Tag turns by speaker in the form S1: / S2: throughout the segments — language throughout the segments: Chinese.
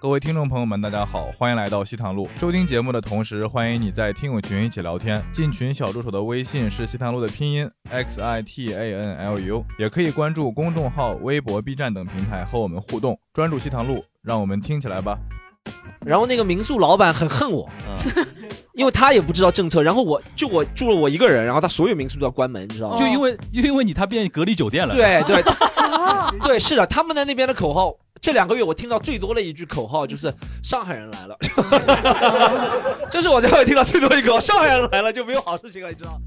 S1: 各位听众朋友们，大家好，欢迎来到西塘路。收听节目的同时，欢迎你在听友群一起聊天。进群小助手的微信是西塘路的拼音 x i t a n l u，也可以关注公众号、微博、B 站等平台和我们互动。专注西塘路，让我们听起来吧。
S2: 然后那个民宿老板很恨我， 因为他也不知道政策。然后我就我住了我一个人，然后他所有民宿都要关门，你知道吗？
S3: 就因
S2: 为
S3: 为就因为你他变隔离酒店了，
S2: 哦对对 对，是的，他们的那边的口号，这两个月我听到最多的一句口号就是“上海人来了”， 这是我在外听到最多一 个口号“上海人来了”，就没有好事情了，你知道吗？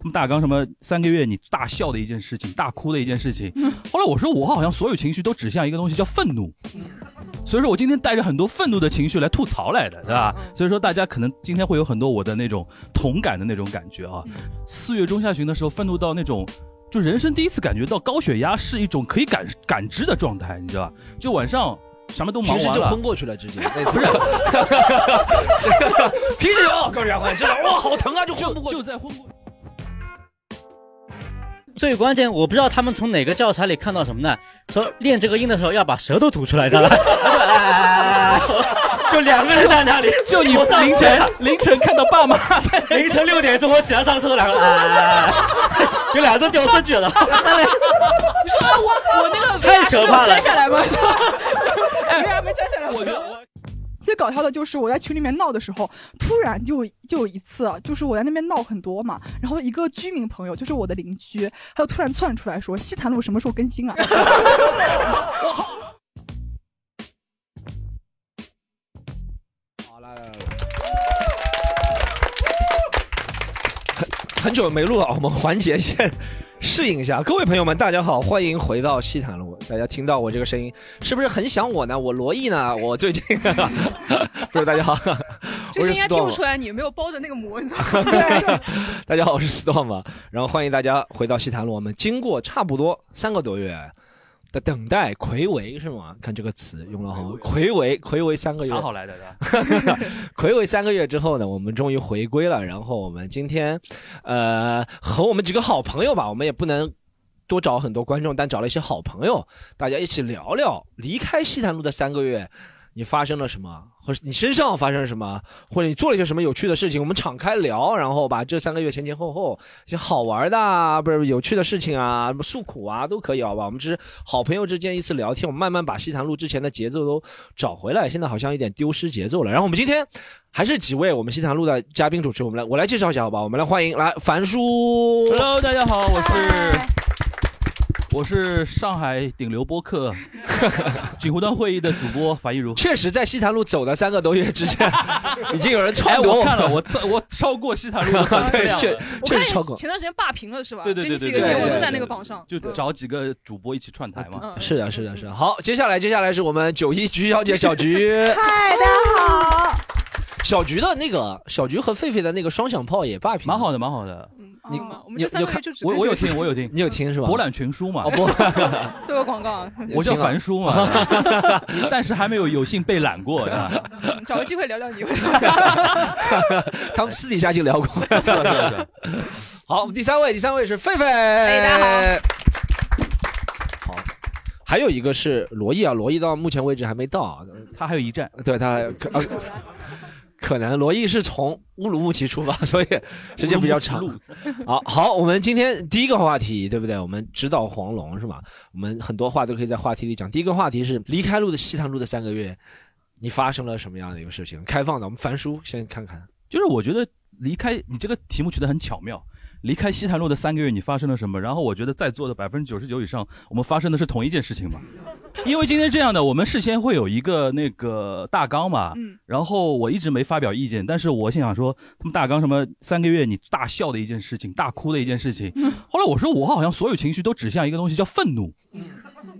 S3: 他 们大纲什么三个月你大笑的一件事情，大哭的一件事情。
S2: 嗯
S3: 后来我说我好像所有情绪都指向一个东西叫愤怒，所以说我今天带着很多愤怒的情绪来吐槽来的，对吧？
S2: 嗯
S3: 所以说大家可能今天会有很多我的那种同感的那种感觉
S2: 嗯
S3: 啊。四月中下旬的时候，愤怒到那种。就人生第一次感觉到高血压是一种可以感感知的状态，你知道吧？就晚上什么都忙
S2: 平
S3: 完
S2: 时
S3: 了，
S2: 就昏过去了，直 接那次不是， 平时就哦， 高血压，知道哇，好疼啊，就昏不过去，
S3: 就在昏过去。
S4: 最关键，我不知道他们从哪个教材里看到什么呢？说练这个音的时候要把舌头吐出来，知道吧？ 就两个人在那 里，
S3: 就你凌晨凌晨看到爸妈在
S4: 凌晨六点钟我起来上厕所，两 个哎，就两只屌丝举了，
S5: 你 说啊我我那 个
S4: 太
S5: VR 是
S4: 可
S5: 给
S4: 怕了
S5: 我摘下来吗？ 就 VR 没摘下来，
S3: 我觉得
S6: 最搞笑的就是我在群里面闹的时候，突然就就有一次，啊就是我在那边闹很多嘛，然后一个居民朋友，就是我的邻居，他就突然窜出来说：“西坛路什么时候更 新啊？”
S5: 嗯
S2: 好来来来，很很久没录了，啊我们缓解一下，适应一下。各位朋友啊们，大家好，欢迎回到西坦路。大家听到我这个声音，是不是很想我呢？我罗毅呢？我最近， 不是大家好，
S5: 就
S2: 我
S5: 是
S2: 是
S5: 应该听不
S2: Storm
S5: 出。来你没有包着那个膜，你知道吗？
S2: 大家好，我是 Storm，然后啊欢迎大家回到西坦路。我们经过差不多三个多月的等待，魁违是吗？看这个词用了好，魁违，魁违三个月，
S3: 查好来的，是吧
S2: 魁违三个月之后呢，我们终于回归了。然后我们今天，呃，和我们几个好朋友吧，我们也不能多找很多观众，但找了一些好朋友，大家一起聊聊离开西坛路的三个月，你发生了什么，或者你身上发生了什么，或者你做了一些什么有趣的事情，我们敞开聊，然后把这三个月前前后后一些好玩的啊，不是有趣的事情啊，什么诉苦啊都可以，好吧？我们只是好朋友之间一次聊天，我们慢慢把西坛路之前的节奏都找回来，现在好像有点丢失节奏了。然后我们今天还是几位我们西坛路的嘉宾主持，我们来我来介绍一下，好吧？我们来欢迎来樊叔。
S3: Hello，大家好，我是我是上海顶流播客 锦湖端会议的主播樊一茹。
S2: 确实，在西坛路走的三个多月之 前，已经有人
S3: 哎，
S2: 篡夺
S3: 我看了，我超我 超过西塔路的粉丝
S2: 对
S3: 量
S2: 确
S3: 了，
S5: 我
S2: 确
S5: 看
S2: 实超过
S5: 你。前段时间霸屏了是吧？
S3: 对对对
S5: 就
S3: 对
S5: 你几个
S3: 对
S5: 节目
S2: 对
S5: 都
S2: 对
S5: 在那
S3: 对
S5: 个榜上，
S3: 就找几个主播一起 串台嘛。
S5: 嗯
S2: 是的，是的，是的。好，接下来，接下来是我们九一菊小姐小菊，
S6: 嗨，大家好。
S2: 小菊的那个小菊和狒狒的那个双响炮也霸屏，
S3: 蛮。好的，蛮好的。
S5: 嗯
S2: 你
S5: 好吧我们
S2: 你
S5: 这三个
S2: 你
S5: 月
S2: 有
S5: 就只
S3: 我
S5: 干
S3: 我有
S5: 这个
S3: 听，我有听
S2: 你有听是吧？
S3: 博览群书嘛
S2: 哦，，博
S5: 做个 广告，啊
S3: 我叫
S2: 听了
S3: 樊叔嘛， 但是还没有有幸被揽过。啊对吧
S5: 嗯找个机会聊聊你。
S2: 他们私底下就聊过。
S3: 是的是的是的
S2: 呃好，我们第三位，第三位是狒狒。
S5: 哎大家
S2: 好。好，还有一个是罗毅啊，罗毅到目前为止还没到，啊呃
S3: 他还有一站，
S2: 对他可、啊、可能罗毅是从乌鲁木齐出发，所以 时间比较长
S3: 路。
S2: 好好，我们今天第一个话题，对不对？我们指导黄龙是吧？我们很多话都可以在话题里讲。第一个话题是离开路的西塘路的三个月，你发生了什么样的一个事情？开放的，我们樊叔先看看。
S3: 就是我觉得离开你这个题目取得很巧妙。离开西坛路的三个月，你发生了什么？然后我觉得在座的百分之九十九以上，我们发生的是同一件事情嘛。 因为今天这样的，我们事先会有一个那个大纲嘛，
S5: 嗯，
S3: 然后我一直没发表意见，但是我心想说，他们大纲什么三个月你大笑的一件事情，大哭的一件事 情。后来我说我好像所有情绪都指向一个东西叫愤怒，
S5: 嗯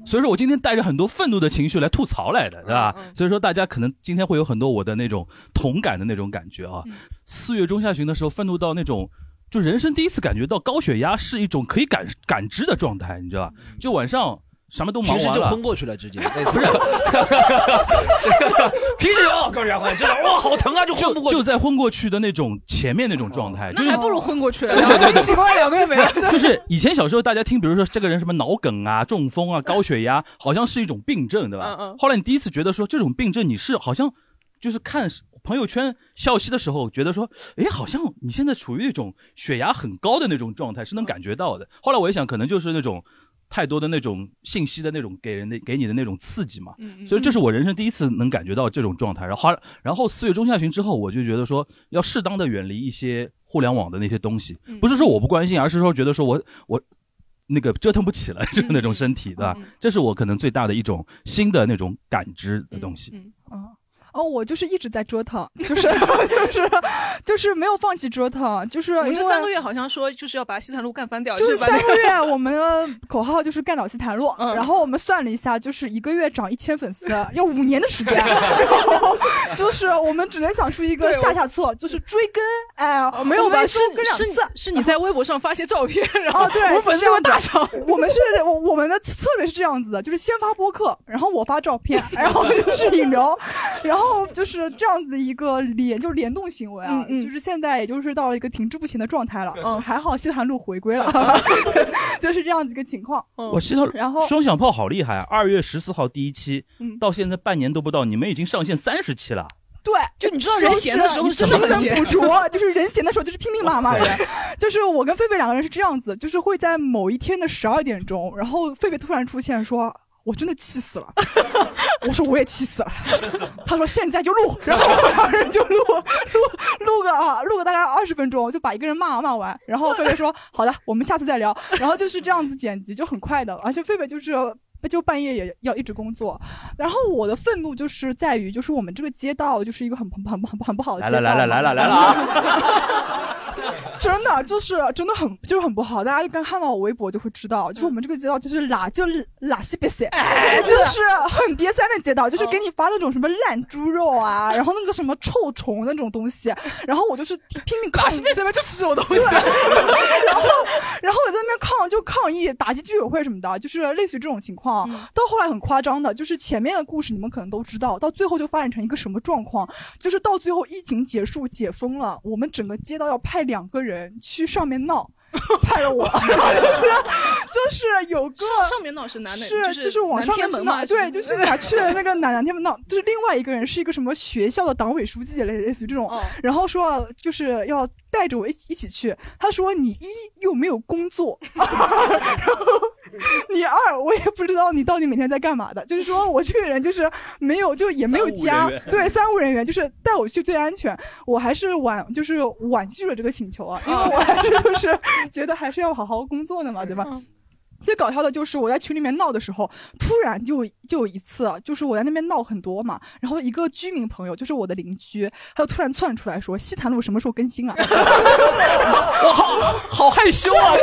S3: 所以说我今天带着很多愤怒的情绪来吐槽来的，对吧？
S5: 嗯嗯
S3: 所以说大家可能今天会有很多我的那种同感的那种感觉啊
S5: 嗯。
S3: 四、月中下旬的时候，愤怒到那种。
S5: 嗯
S3: 就人生第一次感觉到高血压是一种可以感感知的状态，你知道吧？就晚上什么都忙
S2: 平
S3: 完
S2: 时
S3: 了，
S2: 就昏过去了， 直接不是，平时就哦，高原欢，这哇好疼啊，就昏不过去
S3: 就在昏过去的那种前面那种状态，就
S5: 那
S3: 是
S5: 还不如昏过去了。
S3: 对对对 对
S5: 奇怪，两个月没了。
S3: 就是以前小时候大家听，比如说这个人什么脑梗啊、中风啊、高血压，好像是一种病症，对吧？
S5: 嗯嗯
S3: 后来你第一次觉得说这种病症你是好像就是看朋友圈消息的时候，觉得说，哎，好像你现在处于那种血压很高的那种状态，是能感觉到的。后来我一想，可能就是那种。太多的那种信息的那种给人的给你的那种刺激嘛，
S5: 嗯嗯
S3: 所以这是我人生第一次能感觉到这种状态。然后花，然后四月中下旬之后，我就觉得说要适当的远离一些互联网的那些东西，
S6: 嗯
S3: 不是说我不关心，而是说觉得说我我那个折腾不起来，就是
S6: 嗯
S3: 那种身体的，这是我可能最大的一种新的那种感知的东西。
S6: 嗯，哦，我就是一直在折腾，就是 就是就是没有放弃折腾，就是
S5: 我们
S6: 因
S5: 这
S6: 为
S5: 三个月好像说就是要把西坦路干翻掉，
S6: 就是
S5: 把
S6: 三
S5: 那
S6: 个
S3: 啊
S6: 月，啊我们的口号就是干倒西坛路。
S5: 嗯
S6: 然后我们算了一下，就是一个月涨一千 粉丝，要五年的时间。然后就是我们只能想出一个
S5: 对我
S6: 下下策，就是追根。哎呀
S5: 哦，没有
S6: 我们
S5: 吧？
S6: 一
S5: 是
S6: 周更两
S5: 是
S6: 次。
S5: 是你在微博上发些照 片，然后
S6: 哦，对，
S5: 我们粉丝
S6: 是这
S5: 就会
S6: 样子
S5: 大笑。
S6: 我 们是，我我们的策略是这样子的，就是先发播客，然后我发照片，然后就是引流，然后就是这样子一个联，就是联动行为啊，
S5: 嗯嗯
S6: 就是现在也就是到了一个停滞不前的状态了。
S5: 嗯
S6: 还好西坛路 回归了，就是这样子一个情况。
S5: 嗯
S3: 我西头
S6: 嗯然后
S3: 双响炮好厉害啊！二月十四号第一期，
S6: 嗯
S3: 到现在半年都不到，你们已经上线三十期了。
S6: 对，
S5: 就你知道人闲的时候是
S6: 情
S5: 真的很闲
S6: 能捕捉，就是人闲的时候就是拼命骂骂人
S3: 哇塞。
S6: 就是我跟狒狒两个人是这样子，就是会在某一天的十二点钟，然后狒狒突然出现说。我真的气死了， 我说我也气死了。他说现在就录，然后我们两人就录录录个啊，录个大概二十分钟，就把一个人骂骂完。然后狒狒说好的，我们下次再聊。然后就是这样子剪辑，就很快的。而且狒狒就是就半夜也要一直工作。然后我的愤怒就是在于，就是我们这个街道就是一个很很很很很不好的
S3: 来
S6: 街道
S3: 了来了
S6: 嘛
S3: 来了来啊了啊！
S6: 真的就是真的很就是很不好，大家就刚看到我微博就会知道，就是我们这个街道就是拉就是拉西瘪塞，
S3: 哎
S6: 就是
S3: 啊
S6: 很瘪三的街道，
S5: 哦
S6: 就是给你发那种什么烂猪肉啊，然后那个什么臭虫那种东西，然后我就是拼命
S5: 把
S6: 抗
S5: 西贝什么就吃这种东西，
S6: 然后，然后我在那边抗就抗议打击居委会什么的，就是类似于这种情况。
S5: 嗯
S6: 到后来很夸张的，就是前面的故事你们可能都知道，到最后就发展成一个什么状况，就是到最后疫情结束解封了，我们整个街道要派两个人去上面 闹，派了我， 就是就是有个
S5: 上上面闹是男的，
S6: 是
S5: 就是
S6: 往
S5: 南
S6: 上面
S5: 天门
S6: 去
S5: 嘛，
S6: 闹，对，就是哪去了那个哪哪天门闹，就是另外一个人是一个什么学校的党委书记类类似于这种
S5: 哦，
S6: 然后说就是要带着我一起一起去，他说你一又没有工作， 然后你二我也不知道你到底每天在干嘛的，就是说我这个人就是没有就也没有
S3: 三
S6: 家
S3: 无人员，
S6: 对，三无人员就是带我去最安全，我还是婉就是婉拒了这个请求啊，因
S3: 哦
S6: 为我还是就是 觉得还是要好好工作的嘛，对吧？
S3: 嗯
S6: 最搞笑的就是我在群里面闹的时候，突然就就有一次，啊就是我在那边闹很多嘛，然后一个居民朋友，就是我的邻居，他就突然窜出来说：“西坛路什么时候更新啊？”
S3: 我好好害羞啊！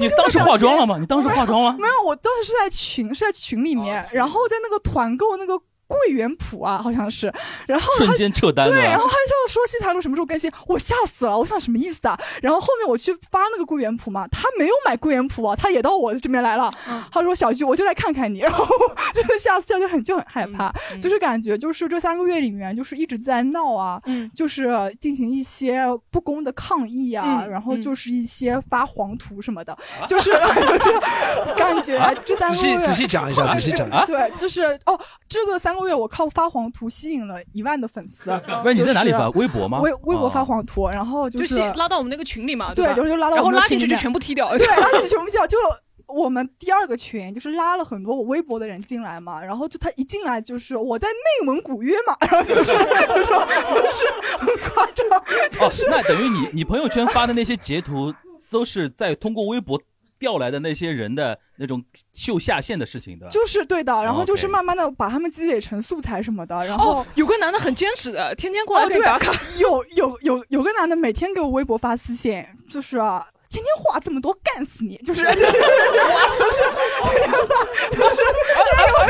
S3: 你当时化妆了吗？你当时化妆吗？
S6: 没有，我当时是在群是在群里面，然后在那个团购那个桂圆谱啊，好像是，然后
S3: 瞬
S6: 他
S3: 间撤单
S6: 对，然
S3: 吧
S6: 后？他就说西坛路什么时候更新，我吓死了，我想什么意思啊？然后后面我去发那个桂圆谱嘛，他没有买桂圆谱啊，他也到我这边来了。他说小菊，我就来看看你， 然后真的吓死，就很就很害怕，就是感觉就是这三个月里面就是一直在闹啊，
S5: 嗯
S6: 就是进行一些不公的抗议啊，
S5: 嗯
S6: 然后
S5: 嗯
S6: 就是一些发黄图什么的，就是 感觉这三
S2: 啊仔
S6: 个月
S2: 细。仔细讲一 下，仔细讲。
S3: 啊
S6: 对，就是哦，这个三个月我靠发黄图吸引了一万的粉 丝。
S3: 不是你在哪里发？
S6: 就是
S3: 微博吗？
S6: 微微博发
S3: 哦
S6: 黄图，然后 就
S5: 就是是拉到我们那个群里嘛，
S6: 对
S5: 吧
S6: 就是就拉到
S5: 然后
S6: 我们
S5: 拉进去
S6: 群里
S5: 就
S6: 面
S5: 全部踢掉，
S6: 对，然后你全部叫就。我们第二个群就是拉了很多我微博的人进来嘛，然后就他一进来就是我在内蒙古约嘛， 然后就是就是就是很夸张，
S3: 哦，那等于你你朋友圈发的那些截图，都是在通过微博调来的那些人的那种秀下线的事情，对吧？
S6: 就是对的，然后就是
S3: 哦，OK
S6: 慢慢的把他们积累成素材什么的，然后
S5: 哦，有个男的很坚持的，天天过来
S6: 哦，
S5: 给
S6: 对
S5: 你 打卡。，
S6: 有有有有个男的每天给我微博发私信，就是、啊、天天话 这么多，干死你！就是，就是，就是，就是，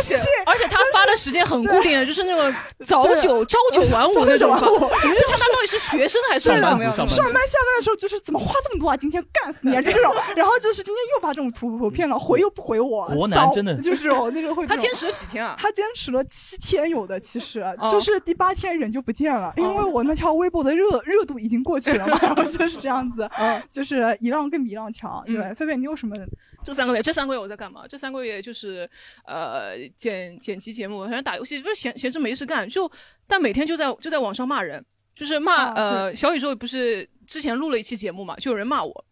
S5: 且而且他发的时间很固定的，就是那种早九朝九晚五那种吧。
S6: 我
S5: 你就看他到底是学生还是
S6: 上
S5: 怎
S6: 班
S5: 么
S6: 族
S5: 样的？
S6: 上班下班的时候就是怎么花这么多啊？今天干死你啊！就这种，然后就是今天又发这种图图片了，回又不回我，
S3: 国男
S6: 骚
S3: 真的
S6: 就是我那时 候会这
S5: 他
S6: 种
S5: 坚持了几天啊？
S6: 他坚持了七天有的，其实、
S5: 哦
S6: 就是第八天人就不见了，因为我那条微博的热热度已经过去了嘛，然后就是这样子，就是一浪更比一浪强。对，
S5: 哦嗯
S6: 菲菲，你有什么？
S5: 这三个月，这三个月我在干嘛？这三个月就是呃剪剪辑节目，反正打游戏，就是闲闲着没事干，就但每天就在就在网上骂人，就是骂、
S6: 啊
S5: 呃
S6: 对
S5: 小宇宙不是之前录了一期节目嘛，就有人骂我。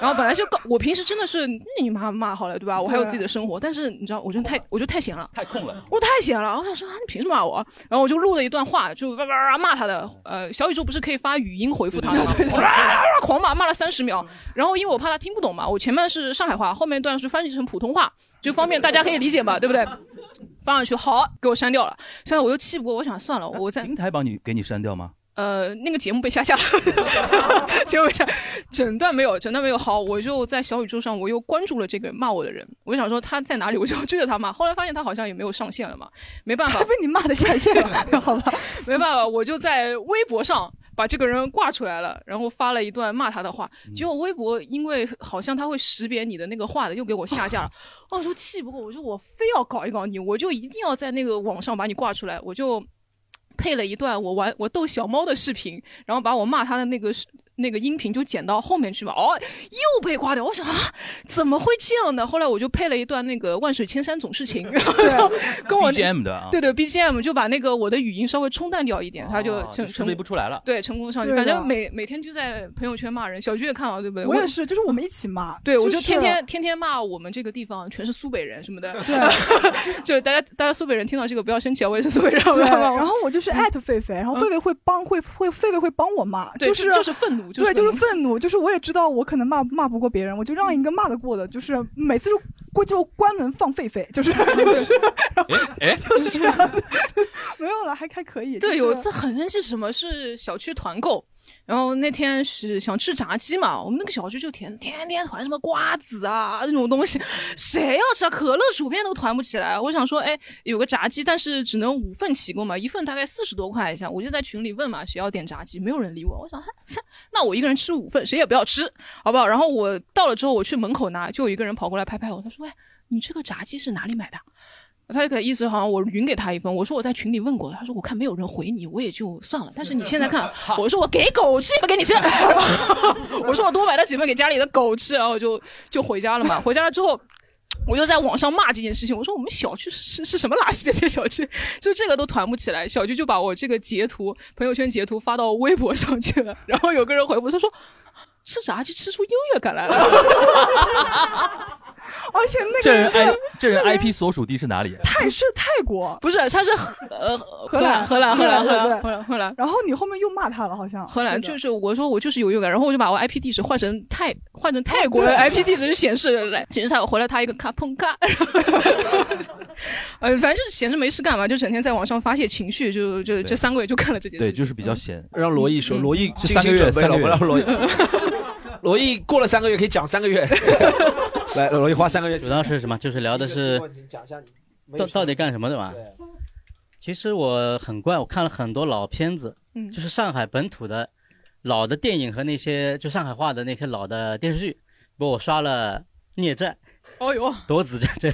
S5: 然后本来就告我平时真的是那你妈骂好了对吧？我还有自己的生活，但是你知道，我真的太我就太闲了，
S3: 太空了。
S5: 我太闲了，我想说、啊、你凭什么骂我啊？然后我就录了一段话，就叭叭叭骂他的。呃，小宇宙不是可以发语音回复他的吗？我啊狂骂，骂了三十秒。然后因为我怕他听不懂嘛，我前面是上海话，后面一段是翻译成普通话，就方便大家可以理解嘛，对不对？放上去好，给我删掉了。删掉我又气不过，我想算了，我在
S3: 平台帮你给你删掉吗？
S5: 呃那个节目被下架了， 结果下整段没有，整段没有。好，我就在小宇宙上我又关注了这个骂我的人，我就想说他在哪里，我就追着他骂。后来发现他好像也没有上线了嘛，没办法
S6: 还，被你骂的下线 了，好吧？
S5: 没办法，我就在微博上把这个人挂出来了，然后发了一段骂他的话。结果微博因为好像他会识别你的那个话的，又给我下架了。哦，我说气不过，我说我非要搞一搞你，我就一定要在那个网上把你挂出来，我就。配了一段我玩我逗小猫的视频，然后把我骂他的那个视那个音频就剪到后面去嘛。哦，又被挂掉。我想啊，怎么会这样呢？后来我就配了一段那个万水千山总是情，然后就 跟我那
S3: BGM 的啊，
S5: 对对，BGM 就把那个我的语音稍微冲淡掉一点，
S3: 哦，
S5: 他就成
S3: 识
S5: 成
S3: 别不出来了。
S5: 对成功上去。
S6: 对
S5: 反
S6: 的
S5: 正每每天就在朋友圈骂人，小区也看到，对不对？
S6: 我也。是，就是我们一起骂，
S5: 对，我
S6: 就
S5: 就是天 天天天骂我们这个地方全是苏北人什么的，
S6: 对啊
S5: 就是大家大家苏北人听到这个不要生气啊，我也是苏北人，
S6: 对，啊
S5: 好吧
S6: 然后我就是
S5: 嗯
S6: 艾特菲菲，然后菲菲会帮会会菲菲会帮我骂，
S5: 对，
S6: 是
S5: 就就是愤怒，
S6: 对，就
S5: 愤怒
S6: 是
S5: 嗯
S6: 愤怒，就是我也知道我可能骂骂不过别人，我就让一个骂得过的，就是每次就关就关门放狒狒，
S5: 嗯
S6: 就 是就是
S3: 哎，
S6: 就是这样子， 没有了，还还可以。
S5: 对，
S6: 就
S5: 有
S6: 是
S5: 一次很生气，什么是小区团购，然后那天是想吃炸鸡嘛，我们那个小区就天天天团什么瓜子啊那种东西，谁要吃啊？可乐、薯片都团不起来。我想说，哎，有个炸鸡，但是只能五份起购嘛，一份大概四十多块一下，我就在群里问嘛，谁要点炸鸡？没有人理我，我想，哈切那我一个人吃五份，谁也不要吃，好不好？然后我到了之后，我去门口拿，就有一个人跑过来拍拍我，他说，哎，你这个炸鸡是哪里买的？啊他可意思好像我匀给他一份，我说我在群里问过，他说我看没有人回你，我也就算了。但是你现在 看，我说我给狗吃，不给你吃， 我说我多买了几份给家里的狗吃，然后就就回家了嘛。回家了之后。我就在网上骂这件事情，我说我们小区是是什么垃圾别这小区， 就这个都团不起来。小区就把我这个截图、朋友圈截图发到微博上去了，然后有个人回复，他说吃炸鸡吃出优越感来了。
S6: 而且那
S3: 这
S6: 个
S3: 人哎
S6: 人
S3: I 这人 IP 所属地是 哪里？
S6: 泰是泰国，
S5: 不是，他是荷呃荷
S6: 兰
S5: 荷兰荷兰荷
S6: 荷兰
S5: 兰
S6: 对
S5: 荷兰荷兰
S6: 然后你后面又骂他了，好像
S5: 荷兰
S6: 对的
S5: 就是我说我就是有优越感，然后我就把我 IP 地址换成泰换成泰国的 IP 地址就显示来显示泰国，回来他一个咔砰咔， 呃，反正就是闲着没事干嘛，就整天在网上发泄情绪，就就这三个月就干了这件事。
S3: 对，就是比较闲。
S2: 嗯让罗毅
S5: 嗯
S2: 说，罗毅
S3: 这
S2: 精
S3: 三个
S2: 心
S3: 月
S2: 准备了，
S3: 三个
S2: 我
S3: 月
S2: 们让罗毅， 罗毅过了三个月可以讲三个 月， 来，罗毅花三个月
S4: 主要是什么？就是聊的是
S2: 讲一下你
S4: 到到底干什么的嘛。其实我很怪，我看了很多老片子，
S5: 嗯
S4: 就是上海本土的老的电影和那些就上海话的那些老的电视剧。不过我刷了《孽债》
S5: 哦呦，
S4: 《夺子战争》，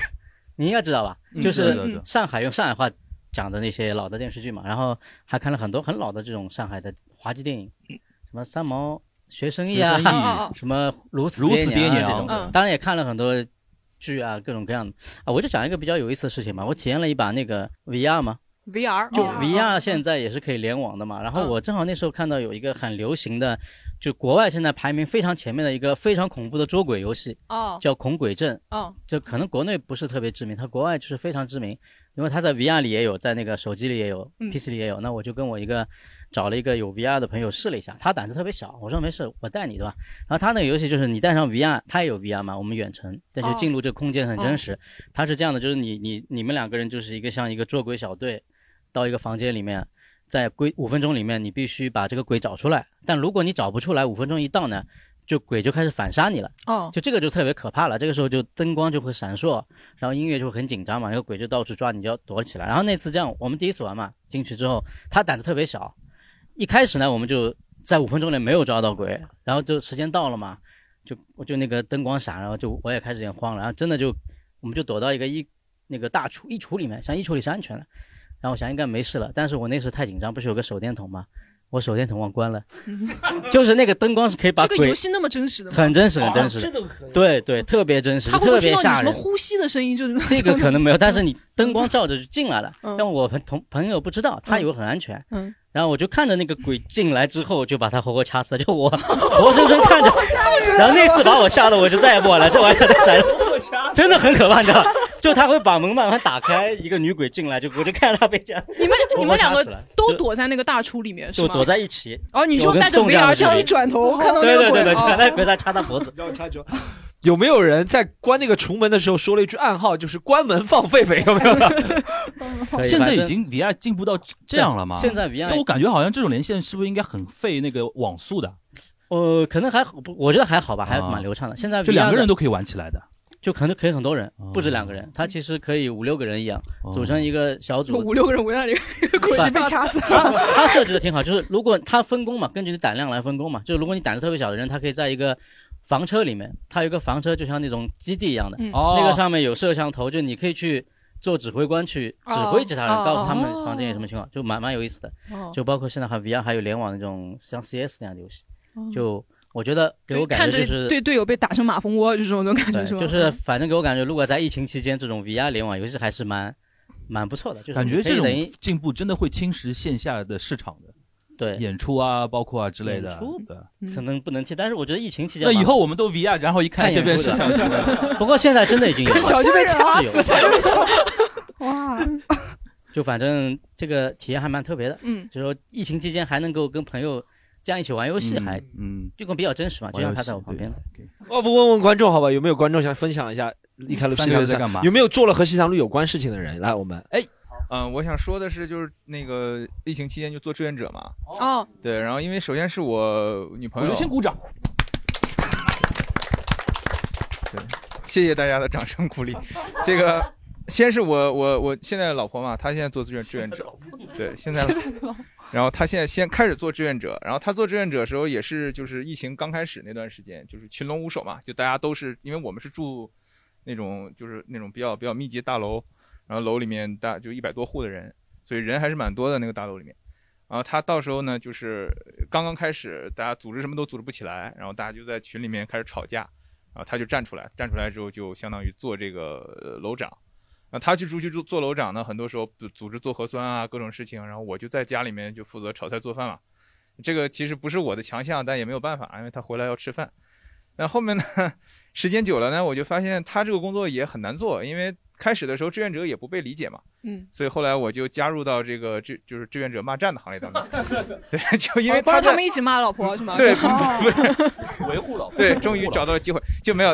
S4: 你应该知道吧？就
S3: 对
S4: 是
S3: 对对，
S4: 上海用上海话讲的那些老的电视剧嘛，然后还看了很多很老的这种上海的滑稽电影，什么三毛学生意啊，
S3: 学生
S5: 哦哦哦，
S4: 什么如此
S3: 如此
S4: 爹
S3: 爹
S4: 娘
S3: 娘
S4: 啊这种的
S5: 嗯
S4: 当然也看了很多剧啊，各种各样的啊。我就讲一个比较有意思的事情嘛，我体验了一把那个 VR 嘛，
S5: VR
S4: 就
S5: 哦
S4: VR 现在也是可以联网的嘛。然后我正好那时候看到有一个很流行的，就国外现在排名非常前面的一个非常恐怖的捉鬼游戏，
S5: 哦
S4: 叫《恐鬼阵》。
S5: 哦
S4: 就可能国内不是特别知名，它国外就是非常知名，因为它在 VR 里也有，在那个手机里也有、
S5: 嗯
S4: PC 里也有。那我就跟我一个找了一个有 VR 的朋友试了一下，他胆子特别小，我说没事，我带你，对吧？然后他那个游戏就是你带上 VR，他也有 VR 嘛，我们远程，但
S5: 哦
S4: 是进入这个空间很真实。他是这样的，就是你你你们两个人就是一个像一个捉鬼小队，到一个房间里面。在归五分钟里面，你必须把这个鬼找出来。但如果你找不出来，五分钟一到呢，就鬼就开始反杀你了。
S5: 哦
S4: 就这个就特别可怕了。这个时候就灯光就会闪烁，然后音乐就很紧张嘛，然后鬼就到处抓你，就要躲起来。然后那次这样，我们第一次玩嘛，进去之后他胆子特别小，一开始呢我们就在五分钟内没有抓到鬼，然后就时间到了嘛，就我就那个灯光闪，然后就我也开始有点慌了，然后真的就我们就躲到一个衣那个大橱衣橱里面，像衣橱里是安全的。然后我想应该没事了，但是我那时候太紧张，不是有个手电筒吗？我手电筒忘关了，就是那个灯光是可以把
S5: 这
S4: 鬼
S5: 个游戏那么真实的吗？
S4: 很真实，很真实，
S5: 哦这都可以。
S4: 对对，特别真实，
S5: 嗯他会不
S4: 特
S5: 会听
S4: 别
S5: 到你
S4: 吓
S5: 什么
S4: 人。
S5: 呼吸的声音？就是
S4: 这个可能没有，但是你灯光照着就进来了
S5: 嗯。
S4: 但我朋同朋友不知道，他以为很安全。
S5: 嗯，
S4: 然后我就看着那个鬼进来之后，就把他活活掐死了，就 我活生生看着。然后那次把我吓得，我就再也不玩了，这玩意儿太吓人 了，真的很可怕，你知道吧？就他会把门慢慢打开，一个女鬼进来，就我就看着她被这 样，
S5: 你们你们两
S4: 活活
S5: 个
S4: 吓死了
S5: 都躲在那个大橱里面是
S4: 就
S5: 吗？
S4: 躲在一起。
S5: 哦，你
S4: 我
S5: 就
S4: 跟
S5: 带着
S4: Stone 这样
S5: VR
S4: 的
S5: 这样
S4: 距
S5: 一
S4: 离
S5: 转头看到那
S4: 对
S5: 个
S4: 对
S5: 鬼
S4: 对对，就把
S5: 哦
S4: 那鬼在掐他脖子。
S2: 有没有人在关那个橱门的时候说了一句暗号，就是关门放狒狒？有没有？
S4: 可以
S3: 现在
S4: 反
S3: 已
S4: 正
S3: 经 VR 进步到这样了吗？
S4: 现在 VR
S3: 那我感觉好像这种连线是不是应该很费那个网速的？
S4: 呃，可能还好，不我觉得还好吧，还
S3: 啊
S4: 蛮流畅的。现在
S3: 就两
S4: VR
S3: 个
S4: 的
S3: 人都可以玩起来的，
S4: 就可能可以很多人
S3: 哦，
S4: 不止两个人，他其实可以五六个人一样
S3: 哦
S4: 组成一个小组。
S5: 五六个人 围在那里，
S6: 估计被掐死了。
S4: 他设置的挺好，就是如果他分工嘛，根据你胆量来分工嘛，就是如果你胆子特别小的人，他可以在一个房车里面，他有一个房车就像那种基地一样的，
S5: 嗯
S3: 哦
S4: 那个上面有摄像头，就你可以去做指挥官去指挥其他人，
S5: 哦
S4: 告诉他们房间有什么情况，就蛮蛮有意思的。
S5: 哦
S4: 就包括现在还有 VR 还有联网那种像 CS 那样的游戏
S5: 哦，
S4: 就我觉得给我感
S5: 看
S4: 觉
S5: 着
S4: 就是
S5: 对队友被打成马蜂窝，就是这种这种感觉
S4: 对，
S5: 是吧？
S4: 就是 反正给我感觉，如果在疫情期间，这种 VR 联网游戏还是蛮蛮不错的，就是
S3: 感觉
S4: 可以
S3: 这种
S4: 等于
S3: 进步真的会侵蚀线下的市场的
S4: 对，
S3: 演出啊，包括啊之类的
S4: 演出。
S3: 对
S4: 可能不能踢，但是我觉得疫情期间蛮
S3: 那
S4: 好
S3: 以后我们都 VR，然后一看
S4: 看
S3: 这边
S4: 演
S3: 是
S4: 出
S3: 想
S4: 的， 不过现在真的已经有了，
S6: 小就被掐
S4: 死
S6: 哇，
S4: 就反正这个体验还蛮特别的，
S5: 嗯，
S4: 就是说疫情期间还能够跟朋友这样一起玩游戏，还
S3: 嗯，
S4: 就更比较真实嘛，就像他在我
S3: 玩
S4: 旁
S3: 游 戏哦
S4: 边。
S2: 要不问问观众好 吧？有没有观众想分享一下离开了西
S3: 三
S2: 塘
S3: 个
S2: 路
S3: 月在干嘛
S2: 有没有做了和西塘路有关事情的人？来，我们哎，
S7: 嗯，我想说的是，就是那个疫情期间就做志愿者嘛，
S5: 哦，
S7: 对，然后因为首先是我女
S3: 我
S7: 朋
S3: 觉
S7: 友
S3: 得，先鼓掌，
S7: 谢谢大家的掌声鼓励。这个先是我我我现在的老婆嘛，她现在做志愿志愿者，对，现在老，然后她现在先开始做志愿者，然后她做志愿者的时候也是就是疫情刚开始那段时间，就是群龙无首嘛，就大家都是因为我们是住那种就是那种比较比较密集的大楼，然后楼里面大就一百多户的人，所以人还是蛮多的那个大楼里面。然后她到时候呢，就是刚刚开始，大家组织什么都组织不起来，然后大家就在群里面开始吵架，然后他就站出来，站出来之后就相当于做这个呃楼长。那他去出去做做楼长呢，很多时候组组织做核酸啊，各种事情，然后我就在家里面就负责炒菜做饭嘛。这个其实不是我的强项，但也没有办法，因为他回来要吃饭。那后面呢，时间久了呢，我就发现他这个工作也很难做，因为开始的时候志愿者也不被理解嘛，
S5: 嗯，
S7: 所以后来我就加入到这个志就是志愿者骂战的行列当中。 对，就因为
S5: 哦帮着
S7: 在
S5: 他们一起骂老婆是吗？ 哦
S7: 对，
S3: 维护老婆
S7: 对，终于找到了机会，就没有，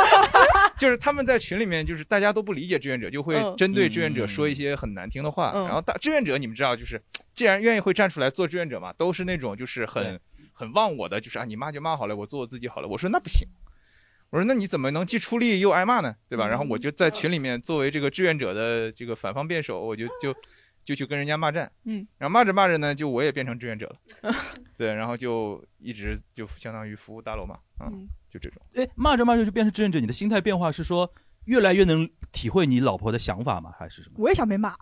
S7: 就是他们在群里面，就是大家都不理解志愿者，就会
S5: 嗯
S7: 针对志愿者说一些很难听的话。
S5: 嗯
S7: 然后大志愿者，你们知道，就是既然愿意会站出来做志愿者嘛，都是那种就是很很忘我的，就是啊，你骂就骂好了，我做我自己好了。我说那不行。我说那你怎么能既出力又挨骂呢？对吧？然后我就
S5: 嗯
S7: 在群里面作为这个志愿者的这个反方辩手，我就就就去跟人家骂战，
S5: 嗯，
S7: 然后骂着骂着呢，就我也变成志愿者了， 对，然后就一直就相当于服务大楼嘛，啊、
S5: 嗯
S7: 就这种。
S3: 哎，骂着骂着就变成志愿者，你的心态变化是说越来越能体会你老婆的想法吗？还是什么？
S6: 我也 想被骂。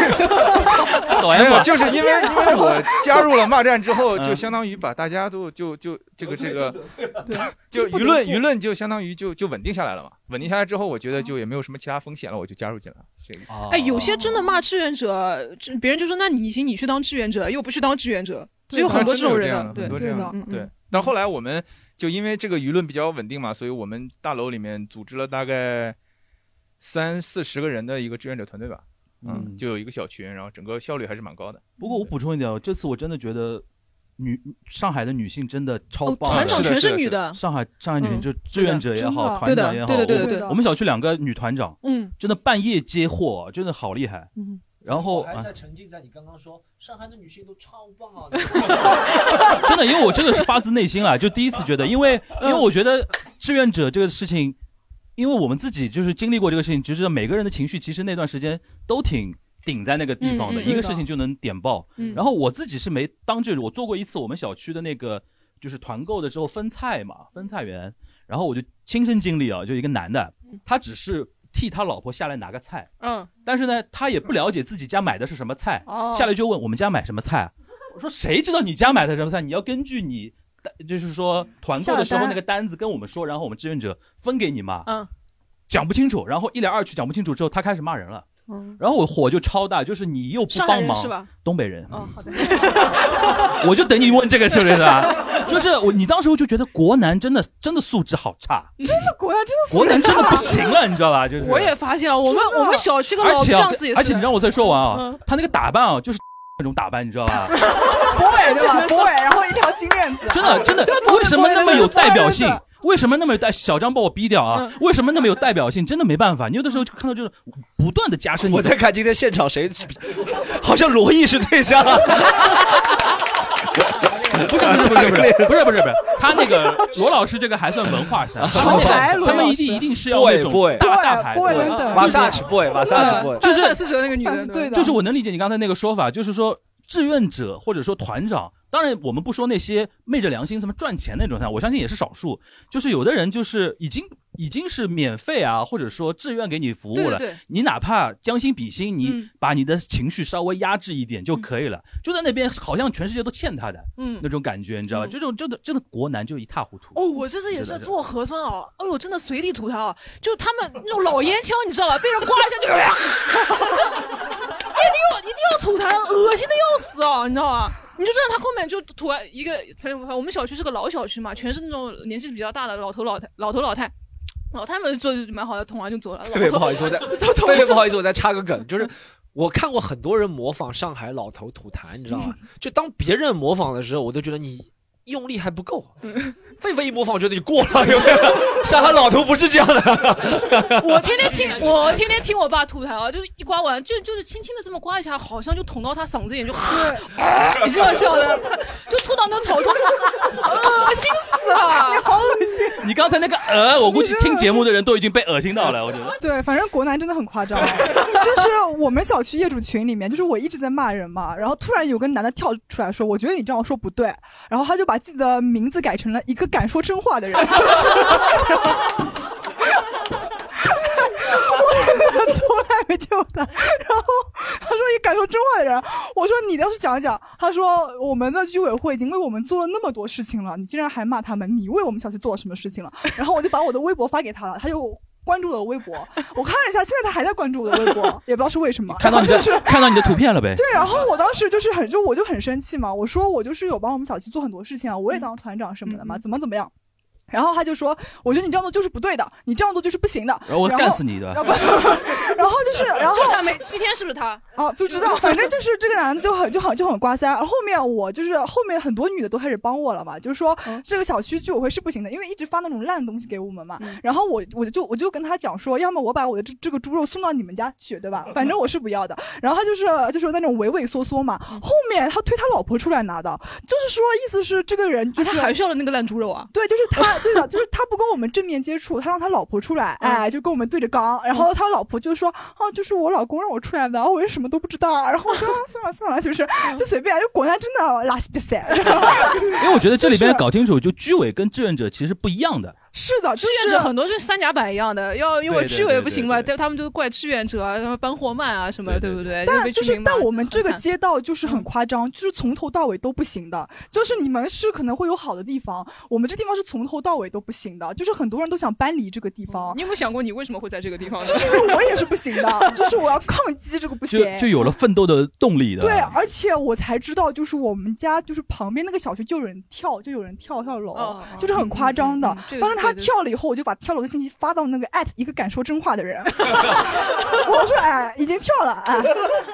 S3: 搞
S7: 没
S3: 完
S7: 有，
S3: 吧，
S7: 就是因为因为我加入了骂战之后，
S3: 嗯
S7: 就相当于把大家都就就这个这个，就
S6: 不
S7: 舆
S6: 得
S7: 论
S6: 不
S7: 舆论就相当于就就稳定下来了嘛。稳定下来之后，我觉得就也没有什么其他风险了，我就加入进来了，这个意思。
S3: 哦
S5: 哎，有些真的骂志愿者，这别人就说那你行，你去当志愿者，又不去当志愿者，就有
S6: 对
S5: 很多
S7: 啊
S5: 这
S7: 真的
S5: 种
S7: 有
S5: 人
S7: 样
S5: 的，
S7: 的，
S5: 对
S7: 很多
S6: 对
S7: 这样
S6: 的
S7: 的。
S5: 嗯，
S7: 对
S5: 嗯，
S7: 但后来我们就因为这个舆论比较稳定嘛，所以我们大楼里面组织了大概三四十个人的一个志愿者团队吧，嗯，
S3: 嗯
S7: 就有一个小群，然后整个效率还是蛮高的。
S3: 不过我补充一点哦，这次我真的觉得女上海的女性真的超
S5: 哦，
S3: 棒啊
S5: 团
S3: 的。
S5: 长
S7: 是的
S5: 全
S7: 是的
S5: 女的，
S3: 上海上海女性
S5: 嗯
S3: 就志愿者也好，
S6: 真
S3: 团
S5: 的
S3: 长也好，
S5: 对的对的
S3: 我
S5: 对
S6: 的
S3: 我们小区两个女团长
S5: 嗯
S3: 真的半夜接货，真的好厉害。
S5: 嗯，
S3: 然后
S2: 我还
S3: 啊
S2: 在沉浸在你刚刚说上海的女性都超棒啊，
S3: 真的，因为我真的是发自内心了，啊就第一次觉得，因为因为我觉得志愿者这个事情，因为我们自己就是经历过这个事情，就知道每个人的情绪其实那段时间都挺顶在那个地方的，
S8: 嗯嗯
S3: 一个事情就能点爆。
S8: 嗯
S3: 然后我自己是没当这，我做过一次我们小区的那个就是团购的之后分菜嘛，分菜员，然后我就亲身经历啊，就一个男的，
S8: 嗯
S3: 他只是替他老婆下来拿个菜，
S5: 嗯，
S3: 但是呢，他也不了解自己家买的是什么菜，
S5: 哦
S3: 下来就问我们家买什么菜啊。 我说谁知道你家买的什么菜？你要根据你，就是说团购的时候
S5: 下单
S3: 那个单子跟我们说，然后我们志愿者分给你嘛。
S5: 嗯
S3: 讲不清楚，然后一来二去讲不清楚之后，他开始骂人了，
S5: 嗯，
S3: 然后我火就超大，就是你又不
S5: 上海
S3: 帮
S5: 人
S3: 忙，
S5: 是吧
S3: 东北人，嗯
S5: 哦，好的，
S3: 我就等你问这个是不是 啊？就是我，你当时我就觉得国男真的真的素质好 差，
S6: 真的国男真的
S3: 国男真的不行
S6: 了。
S3: 了，你知道吧？就是
S5: 我也发现啊我们
S6: 真的
S5: 我们小区的
S3: 而
S5: 老
S3: 且啊
S5: 丈子也是，
S3: 而且你让我再说完啊
S5: 嗯，
S3: 他那个打扮啊，就是 那种打扮，你知道吧？
S6: 博伟对吧？博伟，然后一条金链子，
S3: 真的真的
S6: 这
S5: 啊
S6: 个，
S3: 为什么那么有代表性
S6: 真的？嗯
S3: 为什么那么有代？小张把我逼掉啊！为什么那么有代表性？真的没办法，你有的时候就看到就是不断的加深你。
S2: 我在看今天现场谁，好像罗毅是最像。
S3: 不是不是不是不是不是不是不是，他那个罗老师这个还算文化衫，他们
S6: 潮白罗
S3: 他们
S6: 老
S3: 一
S6: 师
S3: 定一定是要那
S2: Boy，Boy
S3: 种大大牌子
S6: Boy，Boy，
S3: 的，
S6: London
S2: 马萨奇 boy，马萨奇 boy，
S3: 就是
S5: 四十的那个女的，
S6: 对的，
S3: 就是我能理解你刚才那个说法，就是说志愿者或者说团长，当然我们不说那些昧着良心什么赚钱那种，我相信也是少数。就是有的人就是已经已经是免费啊，或者说志愿给你服务了，
S5: 对对对
S3: 你哪怕将心比心，你
S5: 嗯
S3: 把你的情绪稍微压制一点就
S6: 嗯
S3: 可以了。就在那边好像全世界都欠他的，
S5: 嗯
S3: 那种感觉，你知道吧？这种真的真的国男就一塌糊 涂。
S5: 哦，我这次也是做核酸哦，哎呦，真的随地吐痰啊，就他们那种老烟枪，你知道吧？被人刮一下 就，就一定要一定要吐痰，恶心的要死啊，你知道吧？你就知道他后面就吐完一个，反正我们小区是个老小区嘛，全是那种年纪比较大的老头老太老头老太，老太们做就蛮好的，吐完就走了。
S2: 特别不好意思， 我再 特别不好意思，我再插个梗，就是我看过很多人模仿上海老头吐痰，你知道吗？就当别人模仿的时候，我都觉得你用力还不够。狒狒一模仿，我觉得你过了，有没有？上海老头不是这样的。
S5: 我天天听，我天天听我爸吐痰啊，就是一刮完，就就是轻轻的这么刮一下，好像就捅到他嗓子眼，就你知道笑的，就吐到那草丛里，恶心死了。
S6: 好恶心。
S3: 你刚才那个呃，我估计听节目的人都已经被恶心到 了，我觉得。
S6: 对，反正国男真的很夸张，啊就是我们小区业主群里面，就是我一直在骂人嘛，然后突然有个男的跳出来说，我觉得你这样说不对，然后他就把自己的名字改成了一个敢说真话的人， 就是，然后我真的从来没见过他，然后他说一敢说真话的人，我说你倒是讲一讲，他说我们的居委会已经为我们做了那么多事情了，你竟然还骂他们，你为我们小区做了什么事情了？然后我就把我的微博发给他了，他就。关注了我微博，我看了一下，现在他还在关注我的微博，也不知道是为什么。
S3: 看到你的
S6: 然后 就是
S3: 看到你的图片了呗？
S6: 对，啊然后我当时就是很就我就很生气嘛，我说我就是有帮我们小区做很多事情啊，我也当团长什么的嘛，怎么怎么样。然后他就说：“我觉得你这样做就是不对的，你这样做就是不行的。”
S3: 然后我干死你的
S6: 然后啊 然后就是，然后
S5: 就他每七天是不是他？
S6: 哦，不知道，反正就是这个男的就很就很就很瓜塞。后面我就是后面很多女的都开始帮我了嘛，就是说、
S5: 嗯
S6: 这个小区居委会是不行的，因为一直发那种烂东西给我们嘛。
S5: 嗯
S6: 然后我我就我就跟他讲说，要么我把我的这这个猪肉送到你们家去，对吧？反正我是不要的。然后他就是就是那种畏畏缩缩嘛。
S5: 嗯
S6: 后面他推他老婆出来拿的，就是说意思是这个人就是、
S5: 啊他还需要了那个烂猪肉啊？
S6: 对，就是他，对的，就是他不跟我们正面接触，他让他老婆出来，
S5: 嗯
S6: 哎，就跟我们对着刚，然后他老婆就说，哦，就是我老公让我出来的，我也什么都不知道啊，然 后我说啊算了算了，就是
S5: 嗯
S6: 就随便，就果然真的拉稀 比赛，
S3: 因为我觉得这里边搞清楚，就居委跟志愿者其实不一样的。
S6: 是的，
S5: 志
S6: 就是
S5: 愿者很多就是三甲板一样的，要因为
S3: 对对
S5: 区委
S3: 对
S5: 不行
S3: 对
S5: 嘛，
S3: 对
S5: 对他们就怪志愿者啊，然后搬货慢啊什么的，
S3: 对
S5: 对
S3: 对
S5: 不对？
S6: 但
S5: 被
S6: 就
S5: 居
S6: 是
S5: 民骂
S6: 但我们这个
S5: 很惨嗯
S6: 街道就是很夸张，就是从头到尾都不行的。就是你们是可能会有好的地方，我们这地方是从头到尾都不行的。就是很多人都想搬离这个地方
S5: 你，有没有想嗯过你为什么会在这个地方呢？
S6: 就是因为我也是不行 的，就是我要抗击这个不行
S3: 就。就有了奋斗的动力的。
S6: 对，啊而且我才知道，就是我们家就是旁边那个小区就有人跳，就有人跳跳楼，
S5: 哦哦嗯
S6: 就是很夸张的。
S9: 嗯
S5: 这个
S6: 当时他跳了以后，我就把跳楼的信息发到那个艾特一个敢说真话的人， 我说哎，已经跳了，哎，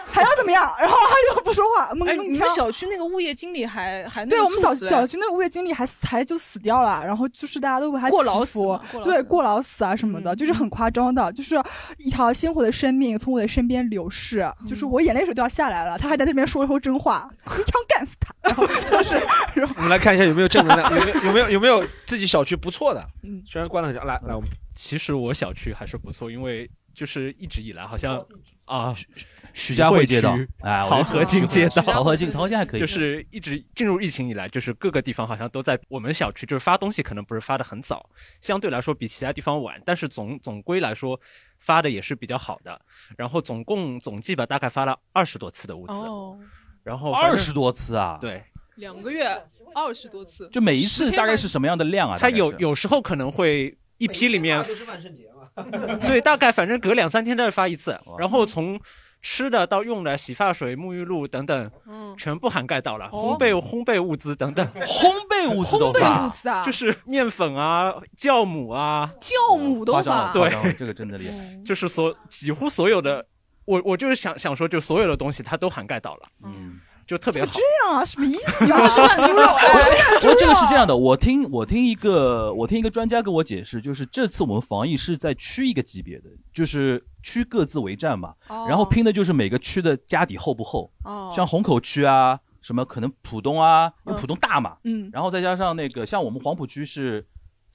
S6: 还要怎么样？然后他就不说话，
S5: 哎，
S6: 懵
S5: 你
S6: 逼
S5: 们
S6: 腔。
S5: 小区那个物业经理还哎还那
S6: 对
S5: 个
S6: 我们小
S5: 猝死
S6: 小区那个物业经理还死还就死掉了，然后就是大家都为他
S5: 过劳
S6: 祈福
S5: 死嘛嗯过劳
S6: 对过劳死啊什么的，就是很夸张的，就是一条鲜活的生命从我的身边流逝，就是
S5: 嗯
S6: 我眼泪水都要下来了，他还在那边说说真 话，一枪干死他，然后就是
S2: 我们来看一下有没有正能量，有没有有没有有没有自己小区不错的？
S3: 嗯
S2: 虽然关了很久，来来我们
S8: 其实我小区还是不错，因为就是一直以来好像啊，徐
S3: 哦徐家汇街道
S8: 区
S3: 哎我
S8: 漕
S3: 就
S8: 河 泾街道，
S3: 漕河泾漕河泾还可以
S8: 就是一直进入疫情以来，就是各个地方好像都在我们小区，就是发东西可能不是发的很早，相对来说比其他地方晚，但是总总归来说发的也是比较好的。然后总共总计吧，大概发了二十多次的物资，
S5: 哦，
S8: 然后反正
S3: 20多次啊，
S8: 对，
S5: 两个月二十多次，
S3: 就每一次大概是什么样的量啊？
S8: 它有
S3: 大概是
S8: 有时候可能会一批里面
S2: 是万圣节嘛，
S8: 对，大概反正隔两三天再发一次，然后从吃的到用的，洗发水、沐浴露等等，全部涵盖到了，
S5: 嗯哦
S8: 烘焙烘焙物资等等，
S3: 烘焙物
S5: 资都烘焙发物资啊
S8: 就是面粉啊、酵母啊，
S5: 酵 母都
S8: 夸张
S5: 发嗯
S8: 了，对，
S3: 这个真的厉害。
S8: 就是所几乎所有的，我我就是想想说，就所有的东西它都涵盖到了，
S3: 嗯，
S8: 就特别好
S6: 这。样啊，什么意 思啊？
S5: 哎
S3: 不过 这个是这样的，我听我听一个我听一个专家跟我解释，就是这次我们防疫是在区一个级别的，就是区各自为战嘛，
S5: 哦
S3: 然后拼的就是每个区的家底厚不厚。
S5: 哦
S3: 像虹口区啊，什么可能浦东啊，因
S5: 嗯
S3: 为浦东大嘛，
S5: 嗯
S3: 然后再加上那个像我们黄浦区是。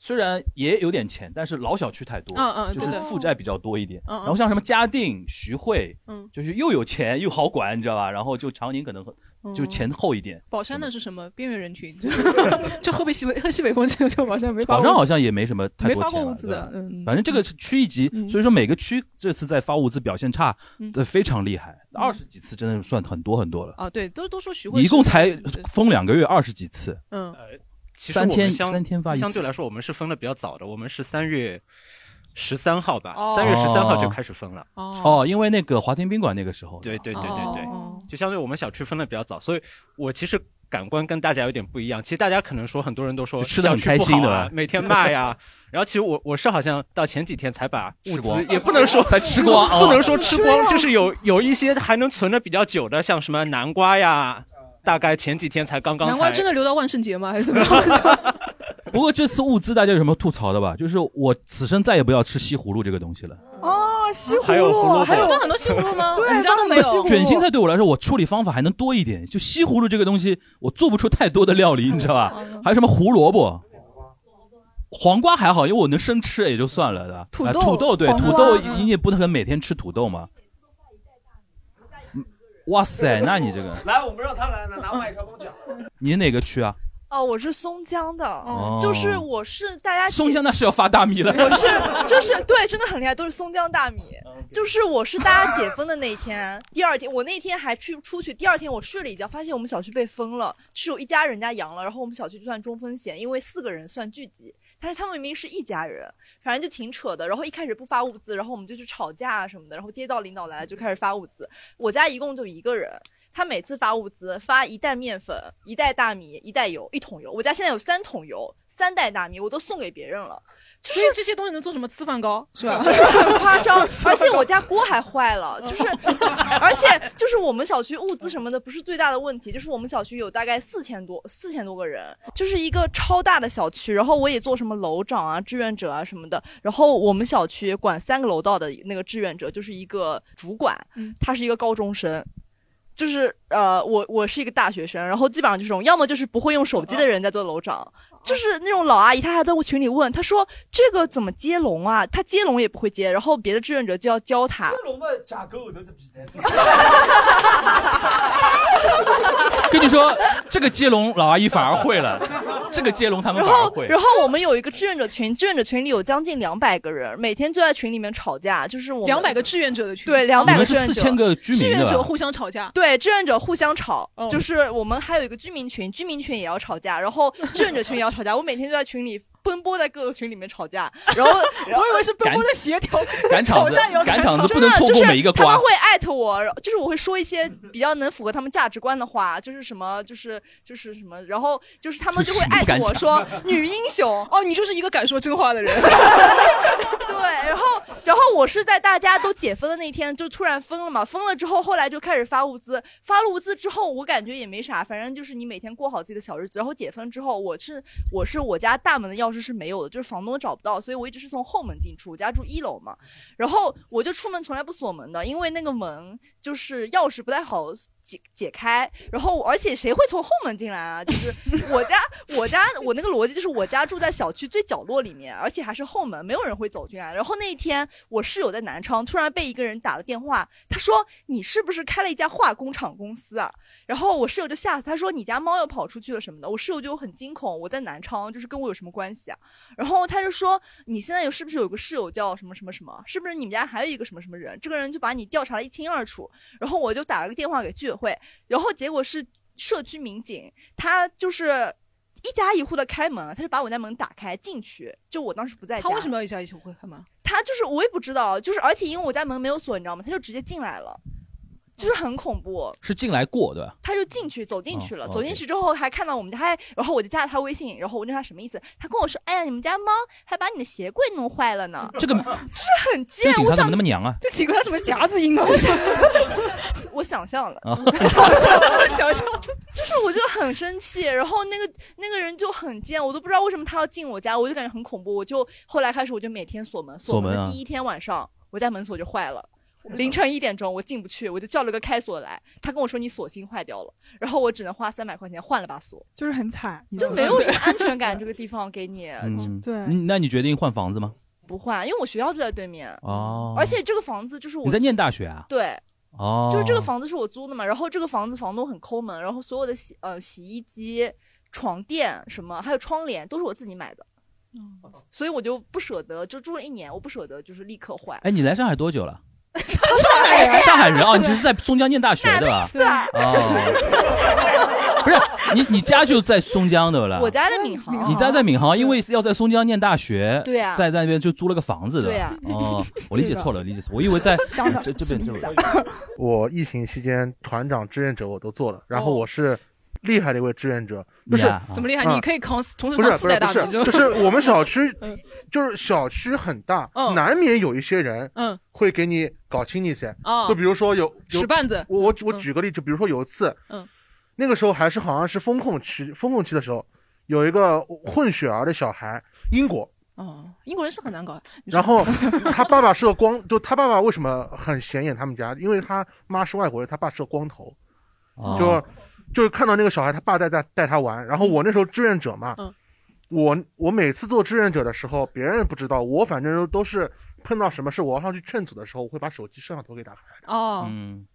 S3: 虽然也有点钱，但是老小区太多，
S5: 嗯嗯
S3: 就是
S5: 对对
S3: 负债比较多一点。
S5: 嗯嗯
S3: 然后像什么嘉定、徐汇，
S5: 嗯
S3: 就是又有钱又好管，你知道吧？然后就长宁可能
S5: 嗯
S3: 就钱厚一点，
S5: 宝山的是什么边缘人群？ 就河北西北和西北工程，就宝山没发
S3: 宝
S5: 过。
S3: 山好像也没什么太
S5: 没
S3: 多
S5: 发
S3: 钱
S5: 过物
S3: 了，
S5: 资
S3: 对
S5: 的
S3: 吧，
S5: 嗯，
S3: 反正这个是区一级，所以说每个区这次在发物资表现差
S5: 嗯
S3: 的非常厉害，二十几次真的算很多很多了。
S5: 啊，对，都都说徐汇
S3: 你
S5: 是
S3: 一共才呃
S5: 对
S3: 封两个月，二十几次，
S5: 嗯，
S8: 其实
S3: 三
S8: 我们
S3: 天
S8: 相
S3: 三天发一
S8: 相
S3: 次
S8: 对来说我们是分的比较早的，我们是三月十三号吧，
S3: 哦
S8: 三、月十三号就开始分了。
S3: 哦，因为那个华天宾馆那个时候，
S8: 对对对
S3: 哦
S8: 对对，就相对我们小区分的比较早，所以我其实感官跟大家有点不一样。其实大家可能说很多人都说
S3: 就吃得很开心
S8: 小区不
S3: 的
S8: 好
S3: 吧
S8: 啊，每天骂呀。然后其实我我是好像到前几天才把物
S3: 吃
S8: 资
S3: 光
S8: 也不能说
S3: 才吃光哦
S8: 不能说吃
S3: 这
S8: 光，
S3: 样
S8: 就是有有一些还能存的比较久的，像什么南瓜呀，大概前几天才刚刚
S5: 南瓜
S8: 才
S5: 真的留到万圣节吗？还是 怎么样？
S3: 不过这次物资大家有什么吐槽的吧？就是我此生再也不要吃西葫芦这个东西了。
S6: 哦，西葫
S3: 还有葫芦
S6: 芦，还有
S3: 包
S5: 很多西葫芦吗
S6: 对，
S5: 我们家都没
S6: 西葫
S5: 有
S6: 芦
S3: 卷心菜对我来说，我处理方法还能多一点。就西葫芦这个东西，我做不出太多的料理，你知道吧？还有什么胡萝卜、黄瓜还好，因为我能生吃也就算了的。
S6: 土
S3: 啊
S6: 豆
S3: 土豆对，
S6: 黄瓜
S3: 土豆
S6: 嗯
S3: 你也不可能每天吃土豆嘛。嗯哇 塞，那你这个，
S2: 来，我们让他来拿拿麦克风讲。
S3: 你哪个区啊？
S9: 哦，我是松江的，
S3: 哦
S9: 就是我是大家
S3: 松江那是要发大米了。啊
S9: 我 是就是对，真的很厉害，都是松江大米。就是我是大家解封的那一天，第二天我那天还去出去，第二天我睡了一觉，发现我们小区被封了，是有一家人家阳了，然后我们小区就算中风险，因为四个人算聚集。但是他们明明是一家人，反正就挺扯的。然后一开始不发物资，然后我们就去吵架啊什么的。然后街道领导来了就开始发物资。我家一共就一个人，他每次发物资发一袋面粉、一袋大米、一袋油、一桶油。我家现在有三桶油、三袋大米，我都送给别人了。
S5: 所以这些东西能做什么？粢饭糕是吧？
S9: 就是很夸张，而且我家锅还坏 了，就是，而且就是我们小区物资什么的不是最大的问题，就是我们小区有大概四千多四千多个人，就是一个超大的小区，然后我也做什么楼长啊、志愿者啊什么的，然后我们小区管三个楼道的那个志愿者就是一个主管，
S5: 嗯
S9: 他是一个高中生，就是呃，我我是一个大学生，然后基本上就是这种，要么就是不会用手机的人在做楼长，就是那种老阿姨，她还在我群里问，她说这个怎么接龙啊？她接龙也不会接，然后别的志愿者就要教她。
S2: 龙嘛，假狗后头这皮带。
S3: 跟你说，这个接龙老阿姨反而会了，这个接龙他们
S9: 然
S3: 反而
S9: 后
S3: 会。，
S9: 然后我们有一个志愿者群，志愿者群里有将近两百个人，每天就在群里面吵架，就是我两百
S5: 个志愿者的群，
S9: 对，两百
S3: 你
S9: 个
S3: 们
S9: 志
S3: 哦是
S9: 愿者，
S3: 4000个居民的吧志愿者互
S5: 相吵架，哦
S9: 对，志愿者互相吵，就是我们还有一个居民群，居民群也要吵架，然后志愿者群也要吵架，我每天就在群里奔波在各个群里面吵架，然后然后
S5: 我以为是奔波在协调
S3: 赶场
S9: 吵
S3: 子
S9: 架也要
S3: 赶场子
S9: 真
S3: 不能
S9: 的
S3: 错
S9: 就
S3: 过
S9: 是
S3: 每一个
S9: 他
S3: 瓜
S9: 们会艾特我，然后就是我会说一些比较能符合他们价值观的话，就是什么就是就是什么，然后就是他们就会艾
S5: 不敢
S9: 特我
S5: 讲
S9: 说女英雄
S5: 哦，你就是一个敢说真话的人。
S9: 对，然后然后我是在大家都解封的那天就突然封了嘛，封了之后后来就开始发物资，发了物资之后我感觉也没啥，反正就是你每天过好自己的小日子。然后解封之后，我是我是我家大门的钥匙是没有的，就是房东找不到，所以我一直是从后门进出，我家住一楼嘛。然后我就出门从来不锁门的，因为那个门就是钥匙不太好解解开，然后而且谁会从后门进来啊？就是我家我家我那个逻辑就是我家住在小区最角落里面，而且还是后门，没有人会走进来。然后那一天我室友在南昌突然被一个人打了电话，他说你是不是开了一家化工厂公司啊？然后我室友就吓死，他说你家猫又跑出去了什么的。我室友就很惊恐，我在南昌，就是跟我有什么关系啊？然后他就说你现在有是不是有个室友叫什么什么什么？是不是你们家还有一个什么什么人？这个人就把你调查的一清二楚。然后我就打了个电话给居委会，然后结果是社区民警，他就是。一家一户的开门，啊他就把我家门打开进去，就我当时不在家。
S5: 他为什么要一家一起会看吗？
S9: 他就是我也不知道，就是而且因为我家门没有锁，你知道吗？他就直接进来了，就是很恐怖。
S3: 是进来过对吧？
S9: 他就进去，走进去了，
S3: 哦
S9: 走进
S3: OK
S9: 去之后还看到我们家，还然后我就加了他微信，然后我哎问他什么意思，他跟我说：“哎呀，你们家猫还把你的鞋柜弄坏了呢。”
S3: 这个
S9: 就是很
S3: 这警
S9: 贱，
S3: 察怎
S9: 我
S3: 么
S9: 想
S3: 那么娘啊？
S5: 这几个他什么夹子 音啊？
S9: 我想象了，
S3: 啊，
S5: 想象，
S9: 就是我就很生气，然后那个那个人就很贱，我都不知道为什么他要进我家，我就感觉很恐怖，我就后来开始我就每天锁门，
S3: 锁门啊
S9: 门的第一天晚上，我家门锁就坏了。凌晨一点钟，我进不去，我就叫了个开锁来。他跟我说你锁芯坏掉了，然后我只能花三百块钱换了把锁，
S6: 就是很惨，
S9: 就没有什么安全感。这个地方给你、
S3: 嗯，
S6: 对
S3: 你那你决定换房子吗？
S9: 不换，因为我学校就在对面，
S3: 哦，
S9: 而且这个房子就是我
S3: 你在念大学啊？
S9: 对，
S3: 哦，
S9: 就是这个房子是我租的嘛，然后这个房子房东很抠门，然后所有的洗呃洗衣机、床垫什么，还有窗帘都是我自己买的，所以我就不舍得，就住了一年，我不舍得就是立刻换。
S3: 哎，你来上海多久了？
S9: 上海人
S3: 上海人 啊，你只是在松江念大学对吧？
S9: 啊，
S3: 哦， 不是，你你家就在松江对不啦？
S9: 我家在闵行，
S3: 你家在闵行，因为要在松江念大学，
S9: 对啊
S3: 在那边就租了个房子的。
S9: 对啊
S3: 哦，我理解错 了，理解错，我以为 在
S6: 讲的
S3: 这这边这
S10: 啊
S5: 啊
S3: 边。
S10: 我疫情期间团长志愿者我都做了，然后我是厉害的一位志愿者，就 是
S3: 呀啊
S5: 怎么厉害？
S10: 嗯
S5: 你可以扛四同时
S10: 不是
S5: 扛四
S10: 不是
S5: 代
S10: 不
S5: 大
S10: 是
S5: 名，，
S10: 就是我们小区，就是小区很大，
S5: 嗯
S10: 难免有一些人，
S5: 嗯，
S10: 会给你搞亲戚些，
S5: 哦
S10: 就比如说有有
S5: 石绊子
S10: 我我我举个例子，比如说有一次，
S5: 嗯，
S10: 那个时候还是好像是风控期，风控期的时候，有一个混血儿的小孩，英国，
S5: 哦，英国人是很难搞的。你说
S10: 然 后他爸爸是个光，就他爸爸为什么很显眼？他们家，因为他妈是外国人，他爸是个光头，
S3: 哦
S10: 就就是看到那个小孩，他爸带带带他玩。然后我那时候志愿者嘛，
S5: 嗯
S10: 我我每次做志愿者的时候，别人也不知道，我反正都是碰到什么事，我要上去劝阻的时候，我会把手机摄像头给打开，
S5: 哦，
S3: 嗯，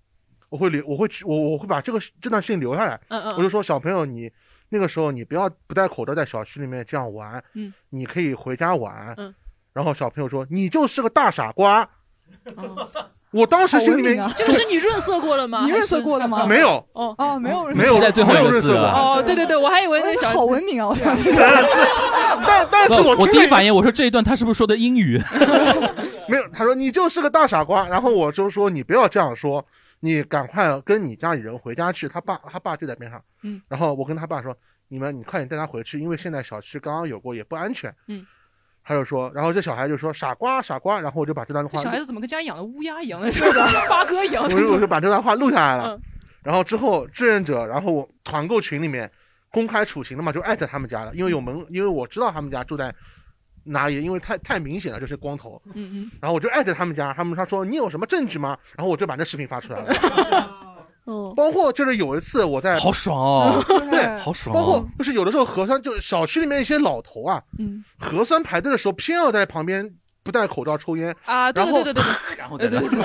S10: 我会留，我会去，我我会把这个这段事情留下来。
S5: 嗯嗯嗯
S10: 我就说小朋友你。那个时候你不要不戴口罩在小区里面这样玩，
S5: 嗯，
S10: 你可以回家
S6: 啊
S10: 玩，
S5: 嗯，
S10: 然后小朋友说你就是个大傻瓜，
S5: 哦
S10: 我当时心里面
S6: 好文明啊
S5: 这个是你润色过了吗？
S6: 你润色过了吗
S5: 还是
S10: 没有
S5: 哦
S6: 哦，没有人
S10: 没有
S3: 期待最后
S10: 没
S3: 一
S10: 有
S3: 个
S10: 认识
S3: 字啊
S10: 我，
S5: 哦，对对对，我还以为那
S6: 我
S5: 个
S6: 觉得
S5: 小
S6: 好文明啊！我想说，
S10: 但是但但
S5: 哦
S10: 是
S3: 不我
S10: 我
S3: 第一反
S10: 应
S3: 应我说这一段他是不是说的英语？
S10: 没有，他说你就是个大傻瓜，然后我就说你不要这样说，你赶快跟你家里人回家去，他爸他爸就在边上，
S5: 嗯，
S10: 然后我跟他爸说你们你快点带他回去，因为现在小区刚刚有过也不安全，
S5: 嗯。
S10: 他就说，然后这小孩就说傻瓜傻瓜，然后我就把这段
S5: 这
S10: 话
S5: 小孩子怎么跟家里养的乌鸦一样的，是吧 八哥一样
S10: 我就我
S5: 的？
S10: 就把这段话录下来了。
S5: 嗯
S10: 然后之后志愿者，然后我团购群里面公开处刑了嘛，就艾特他们家了，因为有
S5: 嗯
S10: 门，因为我知道他们家住在哪里，因为太太明显了，就是光头。
S5: 嗯
S10: 然后我就艾特他们家，他们他说你有什么证据吗？然后我就把那视频发出 来了。
S5: 嗯哦
S10: 包括就是有一次我在，
S3: 好爽哦，
S10: 对
S3: 好爽
S10: 包括
S3: 哦。
S10: 就是有的时候核酸，就是小区里面一些老头啊，
S5: 嗯
S10: 核酸排队的时候偏要在旁边不戴口罩抽烟，
S5: 啊，对
S10: 然
S5: 对
S10: 后
S5: 对对对，
S3: 然后
S5: 对对 对，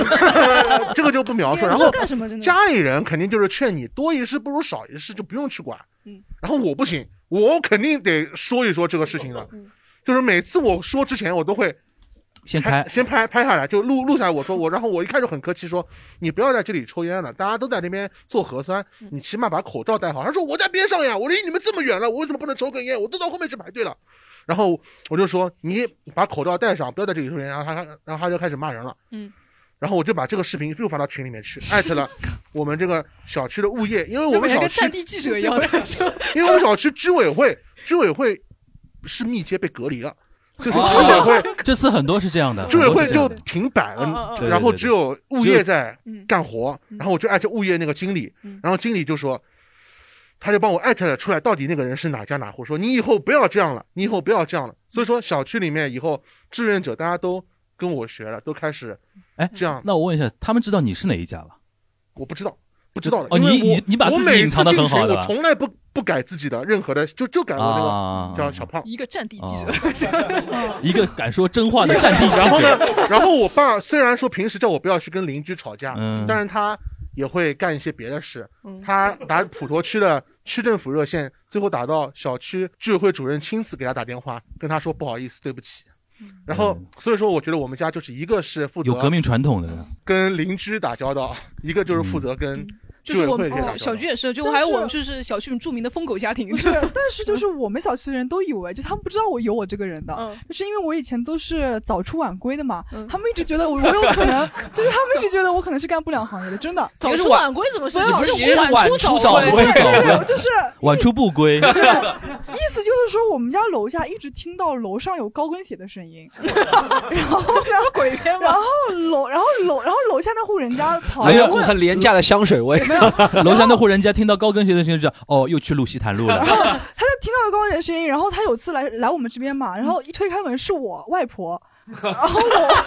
S10: 这个就不描述。然
S5: 你
S10: 后
S5: 这干什么？真的
S10: 家里人肯定就是劝你多一事不如少一事，就不用去管。
S5: 嗯，
S10: 然后我不行，我肯定得说一说这个事情的。就是每次我说之前，我都会
S3: 先开，
S10: 先拍拍下来，就录录下来。我说我，然后我一开始很客气说，你不要在这里抽烟了，大家都在那边做核酸，你起码把口罩戴好。他说我在边上呀，我离你们这么远了，我为什么不能抽根烟？我都到后面去排队了。然后我就说你把口罩戴上，不要在这里抽烟。然后他然后他就开始骂人了。
S5: 嗯，
S10: 然后我就把这个视频又发到群里面去，艾特了我们这个小区的物业，因为 我
S5: 就
S10: 们
S5: 每
S10: 小
S5: 个
S10: 区
S5: 战地记者一 样的，就
S10: 因为我们小区居委会，居委会是密接被隔离了，所以
S5: 哦
S10: 说居委会
S3: 哦 这次很多是这样的，
S10: 居委会
S3: 很多
S10: 就是
S3: 这样的
S10: 停摆
S5: 嗯嗯
S10: 了，
S3: 嗯
S10: 然后只有物业在
S5: 嗯
S10: 干活，然后我就艾特物业那个经理
S5: 嗯，
S10: 然后经理就说，他就帮我艾特了出来，到底那个人是哪家哪户，说你以后不要这样了，你以后不要这样了。所以说小区里面以后志愿者大家都跟我学了，都开始
S3: 哎
S10: 这样，
S3: 那我问一下，他们知道你是哪一家吧？
S10: 我不知道。不知道的，
S3: 哦
S10: 因为
S3: 你
S10: 我
S3: 你你把
S10: 我
S3: 自己
S10: 每
S3: 隐
S10: 次
S3: 藏得
S10: 进
S3: 很
S10: 群，
S3: 好的
S10: 我
S3: 吧
S10: 从来不不改自己的任何的，就就改我
S3: 啊
S10: 那个，叫小胖，
S5: 一个战地记者，
S10: 哦
S3: 一个敢说真话的战地
S10: 然后
S3: 记
S10: 呢
S3: 者，，
S10: 然后我爸虽然说平时叫我不要去跟邻居吵架，
S3: 嗯
S10: 但是他也会干一些别的事。
S5: 嗯
S10: 他打普陀区的区政府热线，最后打到小区居委会主任亲自给他打电话，跟他说不好意思，对不起。
S5: 嗯
S10: 然后，所以说，我觉得我们家就是一个是负
S3: 嗯有革
S10: 责
S3: 命传统的，
S10: 跟邻居打交道，一个就是负责跟
S5: 嗯就
S10: 居
S5: 是
S10: 委
S5: 我
S10: 会
S5: 们
S10: 这些打
S5: 哦
S10: 交
S5: 小
S10: 道
S5: 区。也是，就
S6: 但
S5: 还有
S6: 是
S5: 我们就是小区著名的疯狗 家庭，
S6: 是，但是就是我们小区的人都以为，就他们不知道我有我这个人的，
S5: 嗯
S6: 就是因为我以前都是早出晚归的嘛，
S5: 嗯
S6: 他们一直觉得我我有可 能，就是他们一直觉得我可能是干不了行业的，真的。
S5: 早
S2: 是
S5: 出
S2: 晚
S5: 晚归怎么是
S6: 不是
S5: 不
S6: 你
S5: 是
S2: 是晚
S5: 出
S2: 出
S5: 早
S2: 早
S5: 归
S2: 归？
S6: 对，就是
S3: 晚出不归，
S6: 意思就是说，我们家楼下一直听到楼上有高跟鞋的 声音，然后然后
S5: 鬼片
S6: 然
S5: 吗？
S6: 后楼然后楼然后楼下那户人家跑
S2: 还
S6: 来
S2: 有股
S6: 问，
S2: 很廉价的香水味，
S3: 楼下那户人家听到高跟鞋的声音就知道，哦，又去录西坛路了
S6: 然。 后他就听到了高跟鞋的声音，然后他有次来来我们这边嘛，然后一推开门是我外婆，然后我。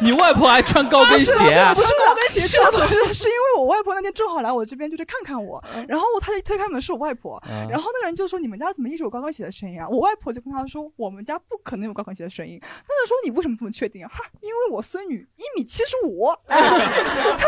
S3: 你外婆还穿高跟
S6: 是
S3: 鞋
S6: 不是
S3: 啊
S6: 我？不是
S5: 高跟鞋
S6: 是不是是因为我外婆那天正好来我这边就是看看我，然后他就一推开门是我外婆，然后那个人就说你们家怎么一直有高跟鞋的声音啊？我外婆就跟他说我们家不可能有高跟鞋的声音。那个说你为什么这么确定啊？哈，因为我孙女一米七十五，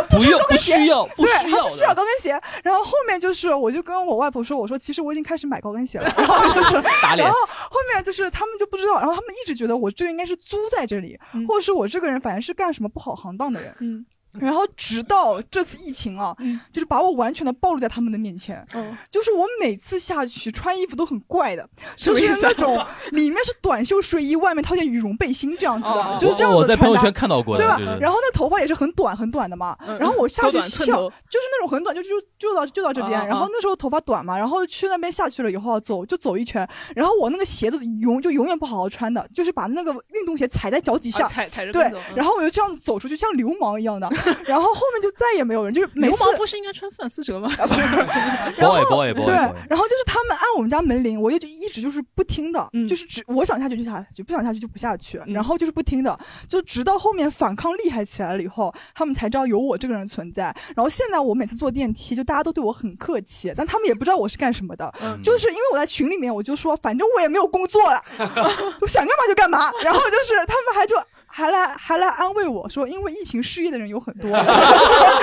S3: 不用，不
S6: 鞋
S3: 需要，不
S6: 对，
S3: 需
S6: 她
S3: 要
S6: 不需要
S3: 的。
S6: 高跟鞋。然后后面就是我就跟我外婆说，我说其实我已经开始买高跟 鞋了，然后就是
S2: 打脸
S6: 然后后面就是他们就不知道，然后他们一直觉得我这个应该是租在这里，
S5: 嗯
S6: 或者是我这个人反正是干什么不好行当的人。
S5: 嗯
S6: 然后直到这次疫情啊，
S5: 嗯
S6: 就是把我完全的暴露在他们的面前。
S5: 嗯，
S6: 就是我每次下去穿衣服都很怪的，
S5: 什
S6: 就
S5: 么意
S6: 是
S5: 思啊
S6: 那种里面是短袖睡衣，外面套件羽绒背心这样子
S5: 哦哦
S6: 的
S5: 哦，
S6: 就是这样
S3: 我
S6: 子
S3: 在
S6: 的
S3: 朋
S6: 穿
S3: 友
S6: 搭
S3: 圈。看到过
S6: 对
S3: 的，
S6: 吧
S3: 就？是
S6: 然后那头发也是很短很短的嘛，
S5: 嗯
S6: 然后我下
S5: 高
S6: 去
S5: 短寸
S6: 笑，
S5: 头
S6: 就是那种很短，就就就到就到这边。
S5: 哦哦哦
S6: 然后那时候头发短嘛，然后去那边下去了以后走就走一圈，然后我那个鞋子永就永远不好好穿的，就是把那个运动鞋踩在脚底下
S5: 啊，踩踩着
S6: 对
S5: 跟走，嗯
S6: 然后我就这样子走出去，像流氓一样的， 然后后面就再也没有人，就是每
S5: 流
S6: 次
S5: 氓不是应该穿范思 哲吗？
S3: ，boy boy
S6: 对
S3: boy，，
S6: 然后就是他们按我们家门铃，我也就一直就是不听的，
S5: 嗯
S6: 就是只我想下去就下去，不想下去就不下去，
S5: 嗯
S6: 然后就是不听的，就直到后面反抗厉害起来了以后，他们才知道有我这个人存在。然后现在我每次坐电梯，就大家都对我很客气，但他们也不知道我是干什么的，
S5: 嗯
S6: 就是因为我在群里面我就说，反正我也没有工作了，我 想干嘛就干嘛，然后就是他们还就。 还来还来安慰我说，因为疫情失业的人有很多，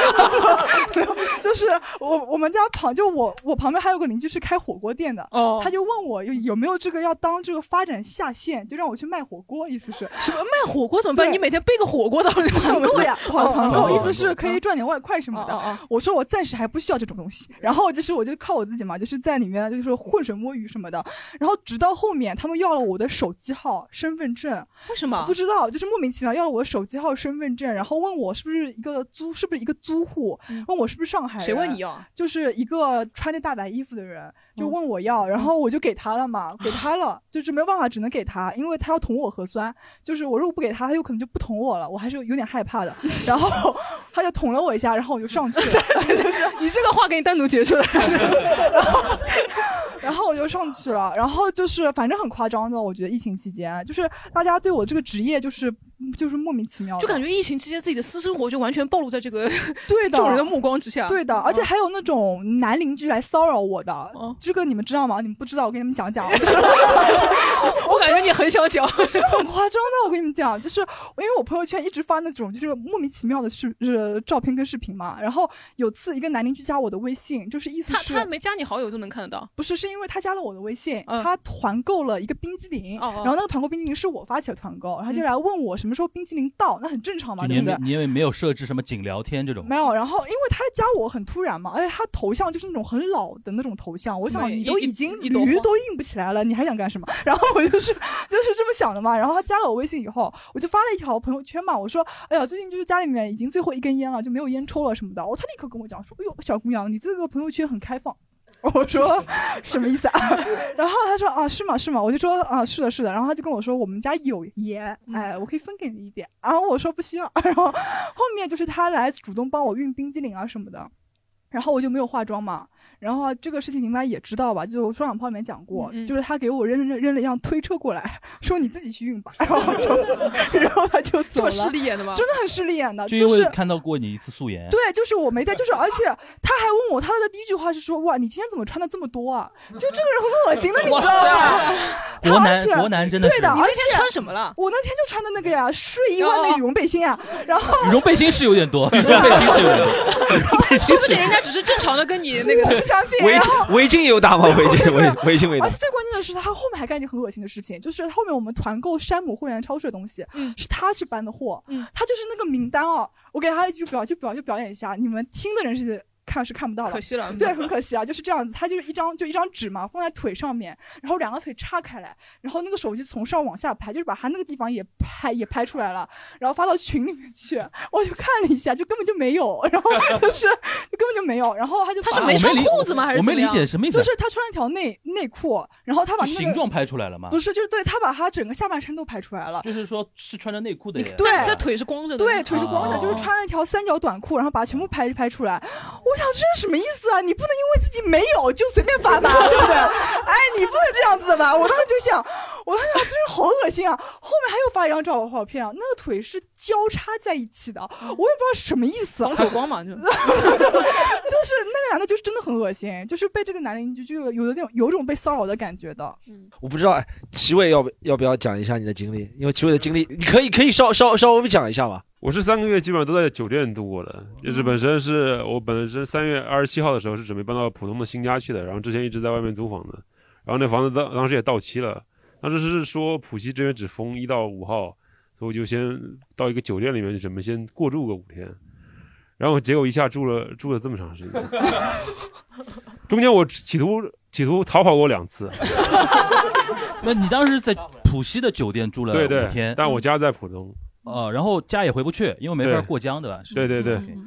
S6: 就是我我们家旁就我我旁边还有个邻居是开火锅店的，
S5: 哦
S6: 他就问我有有没有这个要当这个发展下线，就让我去卖火锅，意思是
S5: 什么卖火锅怎么办？
S6: 对
S5: 你每天背个火锅到底有什
S6: 团
S5: 么
S6: 购
S5: 用
S6: 呀，团团
S3: 哦
S6: 购，
S3: 哦
S6: 意思是可以赚点外快什么
S5: 嗯哦哦
S6: 的
S5: 哦。
S6: 我说我暂时还不需要这种东西，然后就是我就靠我自己嘛，就是在里面就是浑水摸鱼什么的。然后直到后面他们要了我的手机号、身份证，
S5: 为什么
S6: 不？知道，就是莫名其妙要了我的手机号、身份证，然后问我是不是一个租，是不是一个租户
S5: 嗯，
S6: 问我是不是上海人。
S5: 谁问你哦要？
S6: 就是一个穿着大白衣服的人，
S5: 嗯
S6: 就问我要，然后我就给他了嘛，给他 了，就是没有办法，只能给他，因为他要捅我核酸，就是我如果不给他，他有可能就不捅我了，我还是有点害 怕的。然后他就捅了我一下，然后我就上去了，
S5: 你这个话给你单独截出来。
S10: 哦
S6: 然后我就上去了，然后就是反正很夸张的，我觉得疫情期间，就是大家对我这个职业就是就是莫名其妙的，
S5: 就感觉疫情期间自己的私生活就完全暴露在这个
S6: 对的，
S5: 众人的目光之下。
S6: 对的，而且还有那种男邻居来骚扰我的，
S5: 嗯
S6: 这个你们知道吗？你们不知道，我给你们讲讲啊。
S5: 我感觉你很 想讲，
S6: 真的很夸张的，我跟你们讲，就是因为我朋友圈一直发那种就是莫名其妙的视呃照片跟视频嘛，然后有次一个男邻居加我的微信，就是意思
S5: 他
S6: 是
S5: 他没加你好友都能看得到。
S6: 不是是因为他加了我的微信，
S5: 嗯
S6: 他团购了一个冰激凌，
S5: 哦哦
S6: 然后那个团购冰激凌是我发起的团购，然后就来问我什什么时候冰激凌到，那很正常嘛，
S3: 就
S6: 对
S3: 你
S6: 不对
S3: 没？你也没有设置什么仅聊天这种
S6: 没，有，然后因为他加我很突然嘛，而且他头像就是那种很老的那种头像，我想
S5: 对
S6: 你都
S5: 一
S6: 已经
S5: 一朵花
S6: 驴都硬不起来了，你还想干什么？ 然后我就是就是这么想的嘛。然后他加了我微信以后，我就发了一条朋友圈嘛，我说，哎呀，最近就是家里面已经最后一根烟了，就没有烟抽了什么的。哦，他立刻跟我讲说，哎呦，小姑娘，你这个朋友圈很开放。 我说什么意思啊？ 然后他说啊，是吗？是吗？我就说啊，是的，是的。然后他就跟我说，我们家有盐，
S5: 嗯
S6: 哎，我可以分给你一点。然后我说不需要。 然后后面就是他来主动帮我运冰激凌啊什么的，然后我就没有化妆嘛。然后这个事情你应该也知道吧？就双响炮里面讲过，
S5: 嗯嗯
S6: 就是他给我扔扔扔了一辆推车过来，说你自己去 运吧。然后就然后他就
S5: 这
S6: 走
S5: 么
S6: 了。
S5: 势利眼的吗？
S6: 真的很势利眼 的，
S3: 就因
S6: 是
S3: 为看到过你一次素颜，
S6: 对，就是我没带，就是而且他还问我，他的第一句话是说：“哇，你今天怎么穿的这么多啊？”就这个人很恶心的，你知道吧？他
S3: 国
S6: 而
S3: 男
S6: 且
S3: 国男真的
S6: 对
S3: 是
S6: 的，
S5: 你
S6: 而
S5: 那天
S6: 且
S5: 穿什么了？哦
S6: 我那天就穿的那个呀，睡衣外面羽绒背心啊，然后
S3: 羽绒背心是有点多，羽
S6: 啊
S3: 绒背心是有点多，
S5: 说不定人家只是正常的跟你那
S6: 我
S5: 个
S6: 不相信，
S2: 围
S6: 然后
S2: 巾围巾有打吗？围巾围围巾围打
S6: 而且。最关键的是，他后面还干一件很恶心的事情，就是后面我们团购山姆会员超市的东西，是他去搬的货，
S5: 嗯
S6: 他就是那个名单哦，我给他就表就表就表演一下，你们听的人是看是看不到的
S5: 可，惜了，嗯
S6: 对，很可惜啊，就是这样子，他就是一张就一张纸嘛，放在腿上面，然后两个腿岔开来，然后那个手机从上往下拍，就是把他那个地方也拍也拍出来了，然后发到群里面去，我就看了一下，就根本就没有，然后 就是就根本就没有，然后他就
S5: 他
S6: 把
S5: 是没穿裤子吗？还是
S3: 我
S5: 怎么
S3: 没
S5: 样
S3: 理解什么意思
S6: 就
S3: 啊，
S6: 是他穿了条内内裤，然后他把
S3: 就
S6: 那
S3: 形
S6: 个
S3: 状拍出来了吗
S6: 不？是就是对他把他整个下半身都拍出来了。
S3: 就是说是穿着内裤的人，
S6: 对
S5: 他腿是光着的，
S6: 对，腿是光着，
S3: 哦
S6: 就是穿了一条三角短裤，然后把它全部拍拍出来。我想这是什么意思啊？你不能因为自己没有就随便发吧，对不 对？哎，你不能这样子的吧？我当时就想，我当时想，真是好恶心啊！后面还有发一张照照片啊，那个腿是交叉在一起的，我也不知道是什么意思啊。
S5: 防走光嘛，就
S6: 就是那个男的，就是真的很恶心，就是被这个男邻居就有有点有种被骚扰的感觉的。
S5: 嗯
S2: 我不知道，哎齐伟要不要不要讲一下你的经历？因为齐伟的经历，你可以可以稍稍稍微讲一下吧。
S11: 我是三个月基本上都在酒店度过的。就是本身是我本身三月二十七号的时候是准备搬到浦东的新家去的，然后之前一直在外面租房子，然后那房子当当时也到期了，当时是说浦西这边只封一到五号，所以我就先到一个酒店里面准备先过住个五天，然后结果一下住了住了这么长时间，中间我企图企图逃跑过两次，
S3: 那你当时在浦西的酒店住了
S11: 对
S3: 五
S11: 对
S3: 天，，
S11: 但我家在浦东，
S3: 呃，然后家也回不去，因为没法
S11: 对
S3: 过江，对吧？是
S11: 对对对
S3: OK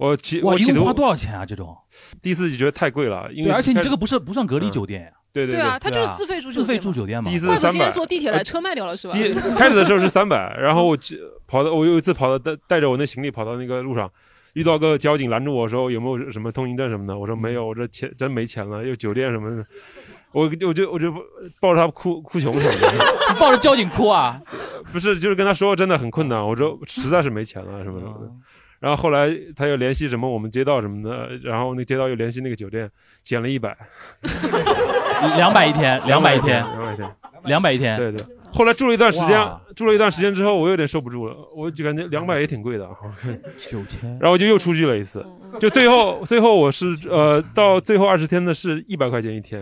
S11: 我企
S3: 哇，
S11: 我
S3: 一
S11: 企
S3: 共
S11: 图
S3: 花多少钱啊？这种，
S11: 第一次就觉得太贵了，因
S3: 对，
S11: 为
S3: 而且你这
S11: 个
S3: 个不是不算隔离
S11: 嗯
S3: 酒店呀，
S11: 对对
S5: 对啊，他就是自费住酒
S3: 自
S5: 店嘛
S3: 费住酒店嘛
S11: 第一。次
S5: 怪不得
S11: 三
S5: 今
S11: 百呃
S5: 天，坐地铁来，车卖掉了是吧？
S11: 第一开始的时候是三百，然后我去跑到我有一次跑到带带着我那行李跑到那个路上，遇到个交警拦住我说有没有什么通行证什么的，我说没有，
S3: 嗯
S11: 我这钱真没钱了，又酒店什么的，我我就我就抱着他哭哭穷什么的，
S3: 你抱着交警哭啊！
S11: 不是就是跟他说真的很困难，我说实在是没钱了什
S3: 哦
S11: 么的。然后后来他又联系什么我们街道什么的，然后那街道又联系那个酒店，减了一百，
S3: 两百一天，两百一天，
S11: 两百一天。
S3: 两百一天。
S11: 对对。后来住了一段时
S3: 哇
S11: 间，住了一段时间之后，我有点受不住了，我就感觉两百也挺贵的啊，
S3: 九千，
S11: 然后就又出去了一次，
S5: 嗯
S11: 就最后最后我是呃到最后二十天的是一百块钱一 天，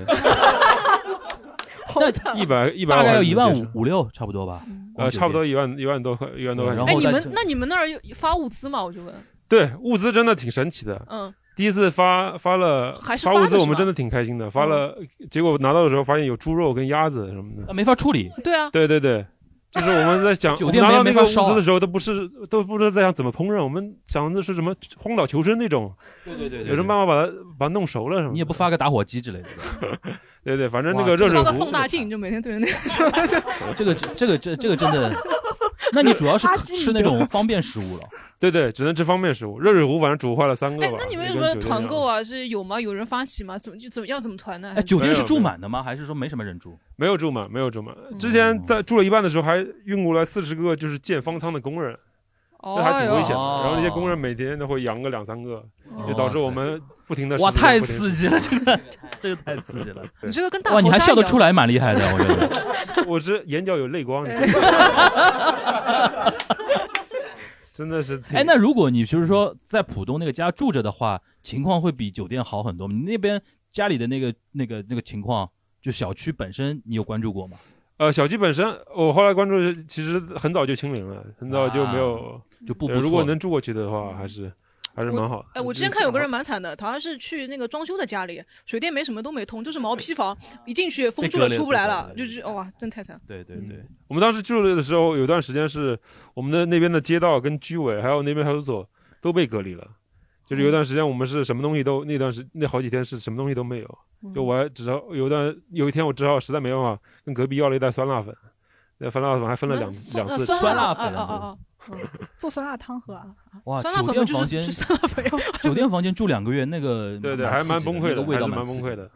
S11: 一百一百
S3: 大概要一万五五六差不多吧，
S11: 呃差不多一万一万多块一万多块
S3: 然后。
S11: 钱
S5: 嗯哎，你
S3: 在
S5: 们
S3: 这
S5: 那你们那儿有发物资吗？我就问，
S11: 对物资真的挺神奇的，
S5: 嗯，
S11: 第一次发发了
S5: 还是
S11: 发
S5: 发
S11: 物
S5: 的
S11: 资，
S5: 是吧
S11: 我们真的挺开心的，发了结果拿到的时候发现有猪肉跟鸭子什么的。
S3: 那没法处理。
S5: 对啊，
S11: 对对对，就是我们在想，
S3: 酒
S11: 我们
S3: 店
S11: 拿
S3: 没
S11: 到
S3: 没
S11: 那个
S3: 法烧
S11: 物
S3: 啊
S11: 资的时候，都不是都不知道在想怎么烹饪，我们想的是什么荒岛求生那种，
S3: 对对对
S11: 有什么办法把它把它弄熟了什么的。
S3: 你也不发个打火机之类的，
S11: 对对，反正那
S3: 哇
S11: 个热水
S5: 放到
S11: 壶
S5: 放大镜，就每天对着那个就，
S3: 这个这个这这个真的。那你主要是
S6: 阿基米
S3: 吃
S6: 德
S3: 那种 方便食物了，
S11: 对对，只能吃方便食物。热水壶反正煮坏了三个
S5: 哎
S11: 吧。，
S5: 那你们有
S11: 也
S5: 什
S11: 跟
S5: 么
S11: 酒店
S5: 团
S11: 一样
S5: 购？啊？是有吗？有人发起吗？怎么就怎么要怎么团呢？
S3: 哎，
S5: 还是
S3: 酒店
S11: 没
S3: 是
S11: 有
S3: 住
S11: 没有
S3: 满的吗？还是说没什么人住？
S11: 没有住满，没有住满。之
S3: 嗯
S11: 前在住了一半的时候，还运过来四十个就是建方舱的工人，
S5: 哦
S11: 这
S5: 哎
S11: 还挺危险的。
S3: 哦
S11: 然后那些工人每天都会养个两三个，
S5: 哟
S11: 就导致我们不停的
S3: 哇，太刺激了，这个 这个太刺激了。
S5: 你这个跟大
S3: 哇，你还
S5: 头鲨
S3: 笑得
S5: 一样
S3: 出来，蛮厉害的，我觉得。
S11: 我这眼角有泪光，你知道 吗真的是挺。
S3: 哎，那如果你就是说在浦东那个家住着的话，情况会比酒店好很多吗。你那边家里的那个那个那个情况，就小区本身，你有关注过吗？
S11: 呃，小鸡本身，我后来关注，其实很早就清零了，很早就没有、
S3: 啊就
S11: 不
S3: 步步
S11: 如果
S3: 错嗯
S11: 能住过去的话，还是还是蛮好的。
S5: 哎，
S6: 呃
S5: 我之前看有个人蛮惨的，好像是去那个装修的家里，水电没什么都没通，就是毛坯房，一进去封住
S11: 被隔
S5: 了
S11: 离
S5: 出不来
S11: 被
S5: 了，就是哇，真太惨。
S3: 对对对，
S11: 我们当时住的时候，有段时间是我们的那边的街道跟居委还有那边派出所都被隔离了，就是
S6: 嗯
S11: 有段时间我们是什么东西都那段时那好几天是什么东西都没有，
S6: 嗯
S11: 就我还只好有段有一天我只好实在没办法跟隔壁要了一袋酸辣粉，那酸辣粉还分了两两次
S6: 酸辣粉
S11: 对
S6: 哦哦哦，嗯做酸辣汤喝啊！
S3: 哇，
S6: 酸辣
S3: 酒
S6: 粉
S3: 店
S6: 不就是
S3: 房间
S6: 吃酸辣粉呀
S3: 酒店房间住两个月，那个
S11: 对对，
S3: 蛮
S11: 还
S3: 刺
S11: 蛮
S3: 激
S11: 崩溃
S3: 那个
S11: 的，
S3: 味
S11: 还
S3: 道
S11: 是
S3: 蛮
S11: 蛮
S3: 刺
S11: 崩
S3: 激
S11: 溃的。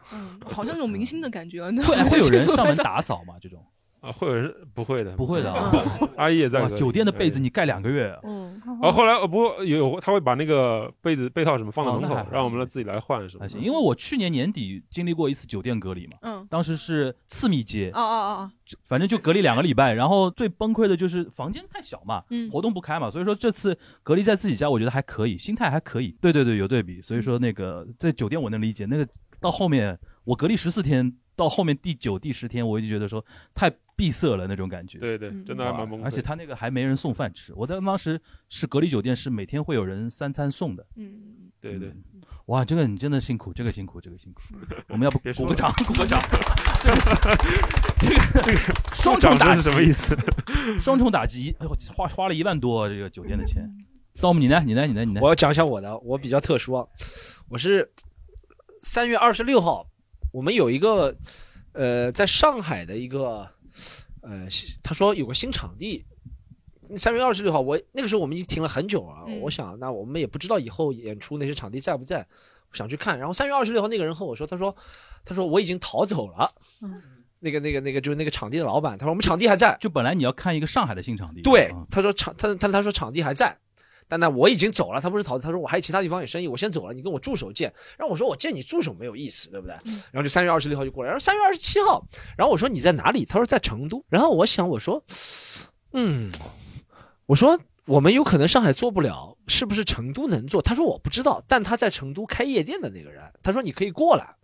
S5: 好像那种明星的感嗯觉。
S3: 会会有人 上门打扫吗？这种
S11: 啊，会有人不会的，
S3: 不会的啊，
S11: 阿姨也在
S3: 哇
S11: 隔离
S3: 酒店的被子你盖两个月，啊
S5: 嗯
S11: 然后后来呃，不过有他会把那个被子被套什么放在
S3: 哦
S11: 门
S3: 那
S11: 口
S3: 还好，
S11: 让我们来自己来换什么
S3: 还
S11: 的。
S3: 行，因为我去年年底经历过一次酒店隔离嘛，
S5: 嗯
S3: 当时是次密接
S5: 哦，哦
S3: 反正就隔离两个礼拜，然后最崩溃的就是房间太小嘛，
S5: 嗯
S3: 活动不开嘛，所以说这次隔离在自己家，我觉得还可以，心态还可以。对对对，有对比，
S5: 嗯
S3: 所以说那个在酒店我能理解，那个到后面我隔离十四天，到后面第九、第十天，我就觉得说太闭塞了那种感觉。
S11: 对对，
S5: 嗯
S11: 真的还蛮崩溃。
S3: 而且他那个还没人送饭吃，我在当时是隔离酒店，是每天会有人三餐送的。
S5: 嗯，
S11: 对对，
S3: 哇，这个你真的辛苦，这个辛苦，这个辛苦。
S5: 嗯
S3: 我们要不鼓个 掌，鼓个掌。双重打击
S11: 是什么意思？
S3: 双重打击，哎呦，花花了一万多这个酒店的钱。m 你呢？你呢？你呢？你呢？
S2: 我要讲一下我的，我比较特殊啊，我是三月二十六号，我们有一个呃，在上海的一个呃，新他说有个新场地。三月二十六号，我那个时候我们已经停了很久啊。
S5: 嗯
S2: 我想，那我们也不知道以后演出那些场地在不在，我想去看。然后三月二十六号那个人和我说，他说，他说我已经逃走了。
S5: 嗯
S2: 那个、那个、那个，就是那个场地的老板，他说我们场地还在。
S3: 就本来你要看一个上海的新场地，嗯
S2: 对，他说场，他他他说场地还在，但那我已经走了，他不是逃走，他说我还有其他地方有生意，我先走了，你跟我助手见。然后我说我见你助手没有意思，对不对？然后就三月二十六号就过来，然后三月二十七号，然后我说你在哪里？他说在成都。然后我想我说，嗯，我说我们有可能上海做不了，是不是成都能做？他说我不知道，但他在成都开夜店的那个人，他说你可以过来。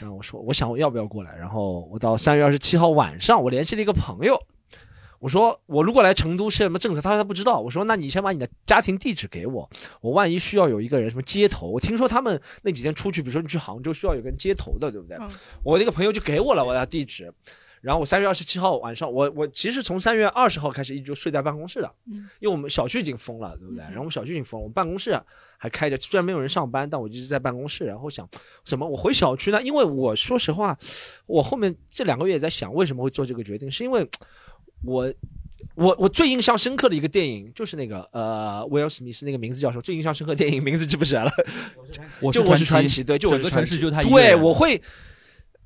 S2: 然后我说我想我要不要过来？然后我到三月二十七号晚上，我联系了一个朋友，我说我如果来成都是什么政策？他说他不知道。我说那你先把你的家庭地址给我，我万一需要有一个人什么接头，我听说他们那几天出去，比如说你去杭州需要有个人接头的，对不对？
S5: 嗯
S2: 我那个朋友就给我了我的地址。然后我三月二十七号晚上，我我其实从三月二十号开始一直就睡在办公室的，
S5: 嗯
S2: 因为我们小区已经封了，对不对？然后我们小区已经封了，我们办公室还开着，虽然没有人上班，但我一直在办公室。然后想什么？我回小区呢？因为我说实话，我后面这两个月也在想为什么会做这个决定，是因为我我我最印象深刻的一个电影就是那个呃威尔史密斯那个名字叫什么？最印象深刻的电影名字记不起来了。
S3: 我是
S2: 就我是
S3: 传
S2: 传
S3: 奇
S2: 奇，对，就我
S3: 整
S2: 是
S3: 个
S2: 传
S3: 城市
S2: 奇，
S3: 就他一个
S2: 对，
S3: 人
S2: 我会。